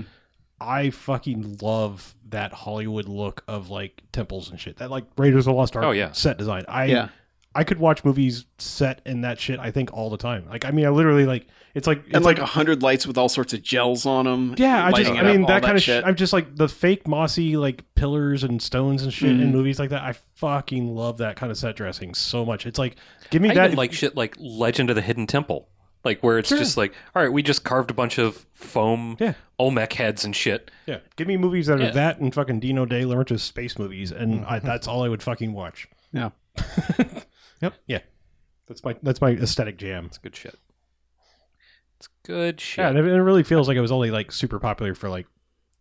Speaker 3: I fucking love that Hollywood look of like temples and shit. That like Raiders of the Lost Ark
Speaker 1: Oh, yeah.
Speaker 3: set design. I
Speaker 4: Yeah.
Speaker 3: I could watch movies set in that shit. I think all the time. Like I mean, I literally like it's like it's
Speaker 4: and like a hundred lights with all sorts of gels on them.
Speaker 3: yeah, I just
Speaker 4: lighting
Speaker 3: I
Speaker 4: it
Speaker 3: mean
Speaker 4: up, all
Speaker 3: that kind of shit.
Speaker 4: shit.
Speaker 3: I'm just like the fake mossy like pillars and stones and shit in movies like that. I fucking love that kind of set dressing so much. It's like give me
Speaker 1: I
Speaker 3: that
Speaker 1: even like shit like Legend of the Hidden Temple, like where it's just like, all right, we just carved a bunch of foam
Speaker 3: Yeah.
Speaker 1: Olmec heads and shit.
Speaker 3: Yeah, give me movies that are
Speaker 1: Yeah.
Speaker 3: that and fucking Dino De Laurentiis space movies, and I, that's all I would fucking watch.
Speaker 4: Yeah.
Speaker 5: Yep.
Speaker 3: Yeah. That's my that's my aesthetic jam.
Speaker 1: It's good shit. It's good shit.
Speaker 3: Yeah, and it, it really feels like it was only like super popular for like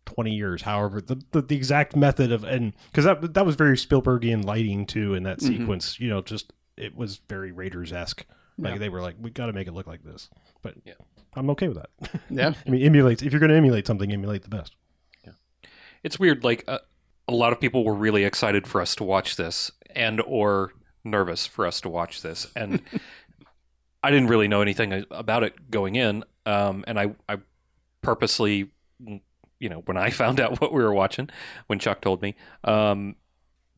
Speaker 3: twenty years. However, the the, the exact method of and because that that was very Spielbergian lighting too in that
Speaker 4: Mhm.
Speaker 3: sequence. You know, just it was very Raiders esque. Like
Speaker 4: Yeah.
Speaker 3: they were like, we got to make it look like this. But
Speaker 1: Yeah.
Speaker 3: I'm okay with that.
Speaker 4: yeah,
Speaker 3: I mean, emulates if you're going to emulate something, emulate the best.
Speaker 1: it's weird like a, a lot of people were really excited for us to watch this and or nervous for us to watch this and i didn't really know anything about it going in um, and I, I purposely you know when i found out what we were watching when chuck told me um,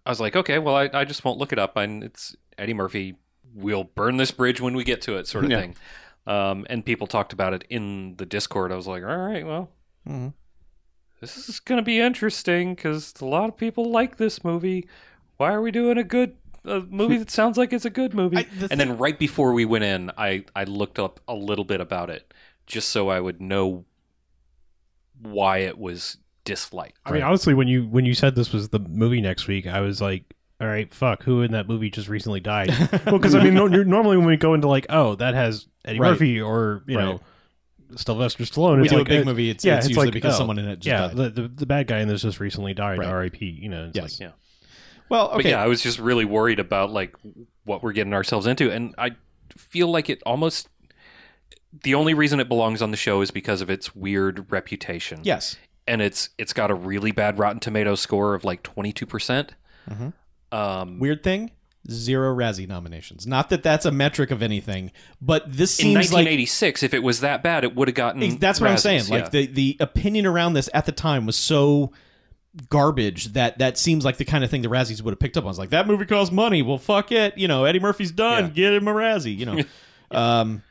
Speaker 1: i was like okay well I, I just won't look it up and it's eddie murphy we'll burn this bridge when we get to it sort of
Speaker 4: Yeah.
Speaker 1: thing um, and people talked about it in the discord i was like all right well this is going to be interesting because a lot of people like this movie. Why are we doing a good a movie that sounds like it's a good movie? and then right before we went in, I, I looked up a little bit about it just so I would know why it was disliked.
Speaker 3: I mean, honestly, when you when you said this was the movie next week, I was like, all right, fuck, who in that movie just recently died? well, because I mean, no, you're- normally when we go into like, oh, that has Eddie
Speaker 5: Right.
Speaker 3: Murphy or you know Sylvester Stallone,
Speaker 5: we
Speaker 3: it's
Speaker 5: do
Speaker 3: like,
Speaker 5: a big
Speaker 3: uh,
Speaker 5: movie. It's,
Speaker 3: yeah,
Speaker 5: it's,
Speaker 3: it's
Speaker 5: usually
Speaker 3: like,
Speaker 5: because
Speaker 3: oh,
Speaker 5: someone in it just
Speaker 3: yeah,
Speaker 5: died.
Speaker 3: the, the the bad guy in this just recently died,
Speaker 5: Right.
Speaker 3: R.I.P. You know, it's
Speaker 5: Yes.
Speaker 3: like,
Speaker 5: Well,
Speaker 1: But
Speaker 5: okay.
Speaker 1: yeah, I was just really worried about like what we're getting ourselves into, and I feel like it almost. The only reason it belongs on the show is because of its weird reputation.
Speaker 5: Yes.
Speaker 1: and it's it's got a really bad Rotten Tomato score of like twenty two percent.
Speaker 5: Mhm.
Speaker 1: Um,
Speaker 5: Weird thing, zero Razzie nominations. Not that that's a metric of anything, but this
Speaker 1: in
Speaker 5: seems
Speaker 1: nineteen
Speaker 5: like
Speaker 1: eighty six, if it was that bad, it would have gotten.
Speaker 5: Ex- that's what I'm
Speaker 1: Razzies,
Speaker 5: saying. Like
Speaker 1: yeah.
Speaker 5: the the opinion around this at the time was so garbage that that seems like the kind of thing the Razzies would have picked up on. It's like that movie costs money. Well, fuck it. You know, Eddie Murphy's done.
Speaker 1: Yeah.
Speaker 5: Get him a Razzie. You know. um,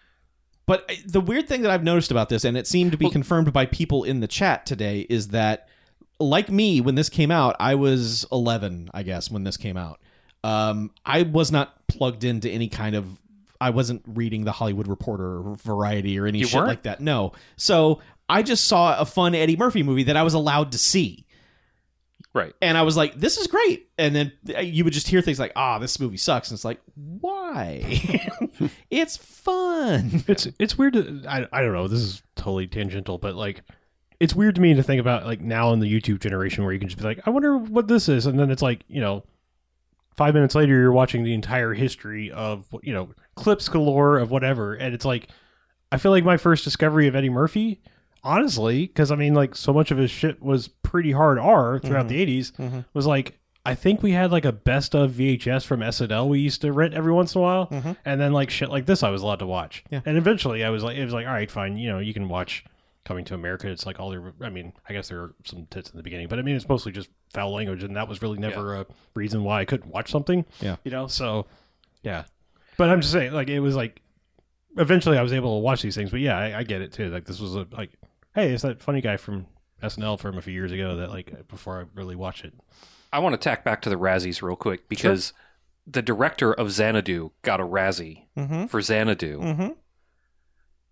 Speaker 5: but I- the weird thing that I've noticed about this, and it seemed to be
Speaker 1: Well-
Speaker 5: confirmed by people in the chat today, is that like me when this came out, I was 11, I guess, when this came out. Um, I was not plugged into any kind of. I wasn't reading the Hollywood Reporter or Variety or any
Speaker 1: You
Speaker 5: shit
Speaker 1: weren't?
Speaker 5: like that. No. So I just saw a fun Eddie Murphy movie that I was allowed to see.
Speaker 1: Right.
Speaker 5: And I was like, this is great. And then uh, you would just hear things like, ah, this movie sucks. And it's like, why? it's fun.
Speaker 3: it's it's weird. To, I I don't know. This is totally tangential, but like. It's weird to me to think about like now in the YouTube generation where you can just be like, I wonder what this is, and then it's like you know, five minutes later you're watching the entire history of you know clips galore of whatever, and it's like, I feel like my first discovery of Eddie Murphy, honestly, because I mean like so much of his shit was pretty hard R throughout the '80s, was like I think we had like a best of VHS from SNL we used to rent every once in a while, and then like shit like this I was allowed to watch.
Speaker 5: Yeah.
Speaker 3: And eventually I was like, it was like, all right, fine, you know, you can watch Coming to America. It's like all their, I mean, I guess there were some tits in the beginning, but I mean, it's mostly just foul language, and that was really never a reason why I couldn't watch something.
Speaker 5: Yeah.
Speaker 3: you know, so yeah. But I'm just saying, like, it was like eventually I was able to watch these things, but yeah, I, I get it too. Like this was a like, hey, it's that funny guy from SNL from a few years ago that like before I really watched it.
Speaker 1: I want to tack back to the Razzies real quick because the director of Xanadu got a Razzie
Speaker 5: Mhm.
Speaker 1: for Xanadu,
Speaker 5: Mhm.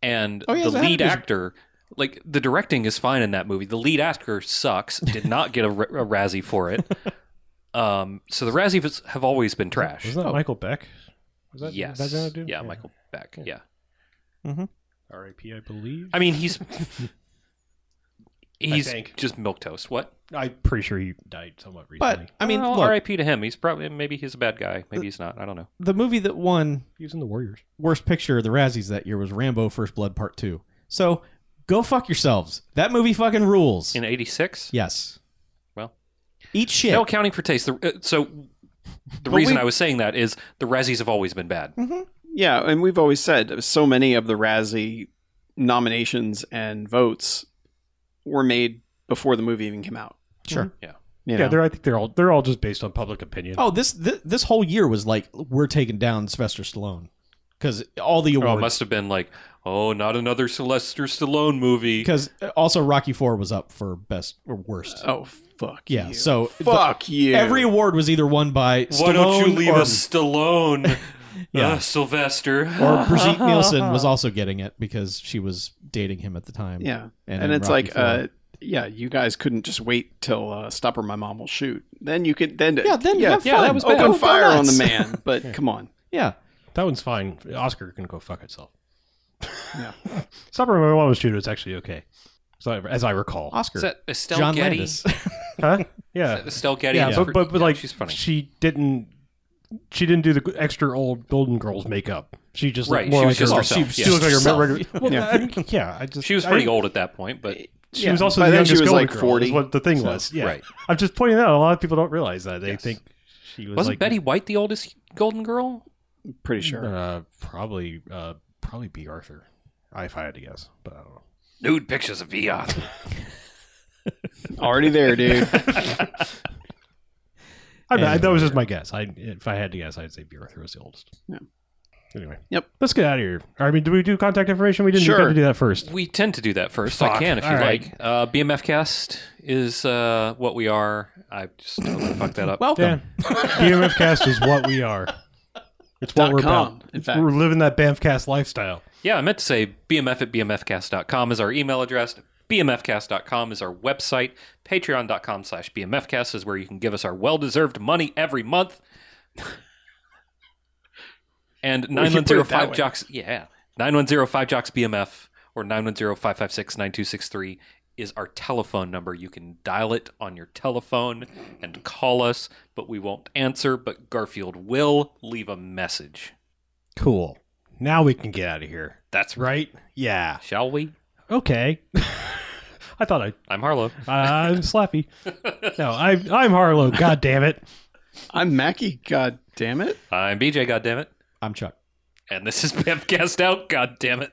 Speaker 1: and
Speaker 5: Oh, yeah,
Speaker 1: the lead
Speaker 5: Xanadu's-
Speaker 1: actor, like the directing is fine in that movie. The lead actor sucks. Did not get a, ra- a Razzie for it. um, so the Razzies have always been trash.
Speaker 3: Wasn't that Michael Beck? Was that
Speaker 1: Oh. yes,
Speaker 3: That Xanadu?
Speaker 1: yeah, Michael Beck. Yeah.
Speaker 3: R.I.P. I believe.
Speaker 1: I mean he's he's
Speaker 3: think.
Speaker 1: just milk toast. What?
Speaker 3: I'm pretty sure he died somewhat recently.
Speaker 5: But I mean,
Speaker 1: Well,
Speaker 5: look,
Speaker 1: R.I.P. to him. He's probably maybe he's a bad guy. Maybe he's not. I don't know.
Speaker 5: the movie that won
Speaker 3: he was in the Warriors.
Speaker 5: Worst Picture of the Razzies that year was Rambo: First Blood Part Two. So go fuck yourselves. That movie fucking rules.
Speaker 1: In '86.
Speaker 5: yes.
Speaker 1: Well.
Speaker 5: eat shit.
Speaker 1: No accounting for taste. The, uh, so the reason I was saying that is the Razzies have always been bad.
Speaker 3: Mm-hmm.
Speaker 1: Oh,
Speaker 4: Yeah, and we've always said so many of the Razzie nominations and votes were made before the movie even came out.
Speaker 5: Sure.
Speaker 4: You
Speaker 3: Yeah,
Speaker 4: know?
Speaker 3: they're. I think they're all they're all just based on public opinion.
Speaker 5: Oh, this, this this whole year was like we're taking down Sylvester Stallone because all the
Speaker 1: Oh, it
Speaker 5: awards.
Speaker 1: must have been like, oh, not another Sylvester Stallone movie.
Speaker 5: because also Rocky Four was up for best or worst.
Speaker 4: oh fuck.
Speaker 5: yeah,
Speaker 4: you.
Speaker 5: so the-
Speaker 4: fuck you.
Speaker 5: every award was either won by Stallone
Speaker 1: Why don't you leave
Speaker 5: or,
Speaker 1: us Stallone?
Speaker 5: Yeah.
Speaker 1: uh, Sylvester.
Speaker 5: or Brigitte Nielsen was also getting it because she was dating him at the time.
Speaker 4: yeah, and,
Speaker 5: and in
Speaker 4: it's
Speaker 5: Rocky
Speaker 4: like,
Speaker 5: Four.
Speaker 4: uh, yeah, you guys couldn't just wait till uh, "Stop or My Mom Will Shoot." Then you could then
Speaker 5: Yeah, then have
Speaker 1: yeah,
Speaker 5: fun.
Speaker 1: that was bad.
Speaker 4: open
Speaker 5: Go- go
Speaker 4: fire on the
Speaker 5: nuts.
Speaker 4: man. But Oh, come on,
Speaker 5: Yeah.
Speaker 3: That one's fine. Oscar can go fuck itself.
Speaker 4: Yeah.
Speaker 3: Supper My Mom was Shooter is actually okay. So I- as I recall,
Speaker 5: Oscar.
Speaker 1: Is that Estelle
Speaker 5: John
Speaker 1: Getty?
Speaker 5: Landis.
Speaker 3: huh? Yeah,
Speaker 1: Estelle Getty.
Speaker 3: yeah.
Speaker 1: is
Speaker 3: But
Speaker 1: pretty-
Speaker 3: but, but
Speaker 1: yeah,
Speaker 3: like
Speaker 1: she's funny.
Speaker 3: She didn't. She didn't do the extra old Golden Girls makeup. She just looked
Speaker 1: Right,
Speaker 3: more
Speaker 1: she
Speaker 3: like
Speaker 1: was just
Speaker 3: her,
Speaker 1: herself,
Speaker 3: She
Speaker 1: yeah.
Speaker 3: looked like
Speaker 5: Herself.
Speaker 3: her regular. Well,
Speaker 4: Yeah.
Speaker 3: I mean, yeah, I just
Speaker 1: she was
Speaker 3: I-
Speaker 1: pretty old at that point, but
Speaker 3: She
Speaker 4: Yeah.
Speaker 3: was also
Speaker 4: By
Speaker 3: the
Speaker 4: then
Speaker 3: youngest
Speaker 4: she was,
Speaker 3: Golden
Speaker 4: like,
Speaker 3: Girl,
Speaker 4: 40.
Speaker 3: is what the thing was. Yeah,
Speaker 1: right.
Speaker 3: I'm just pointing out. A lot of people don't realize that. They
Speaker 1: Yes.
Speaker 3: think she was
Speaker 1: wasn't
Speaker 3: like,
Speaker 1: Betty White the oldest Golden Girl?
Speaker 4: pretty sure.
Speaker 3: Uh, probably, uh, probably B. Arthur. I- If I had to guess, but I don't know.
Speaker 1: Nude pictures of Eon.
Speaker 4: Already there, dude.
Speaker 3: I mean, I- that was just my guess. I, if I had to guess, I'd say B. Arthur was the oldest. Anyway,
Speaker 4: Yep.
Speaker 3: Let's get out of here. I mean, do we do contact information? We didn't
Speaker 4: Sure.
Speaker 3: get to do that first.
Speaker 1: We tend to do that first. I
Speaker 3: Fuck.
Speaker 1: can if you
Speaker 3: All right.
Speaker 1: like. Uh, BMF Cast is uh, what we are. I just totally fucked that up.
Speaker 3: Dan, BMF Cast is what we are. It's what
Speaker 4: Dot
Speaker 3: we're
Speaker 4: com,
Speaker 3: about.
Speaker 4: in fact.
Speaker 3: We're living that BAMFcast lifestyle.
Speaker 1: Yeah, I meant to say bmf at bmfcast.com is our email address. bmfcast.com is our website. Patreon.com slash bmfcast is where you can give us our well-deserved money every month. and
Speaker 4: you put it that
Speaker 1: 9105
Speaker 4: way.
Speaker 1: jocks, yeah, 9105 jocks BMF or 9105569263 is our telephone number. You can dial it on your telephone and call us, but we won't answer, but Garfield will leave a message.
Speaker 3: Cool. Now we can get out of here.
Speaker 1: That's right.
Speaker 3: Right? Yeah.
Speaker 1: Shall we?
Speaker 3: Okay. I thought I
Speaker 1: I'm Harlow.
Speaker 3: I'm Slappy. No, I, I'm Harlow. God damn it.
Speaker 4: I'm Mackie. God damn it.
Speaker 1: I'm BJ, goddammit.
Speaker 5: I'm Chuck.
Speaker 1: And this is Pimp Cast Out, goddammit.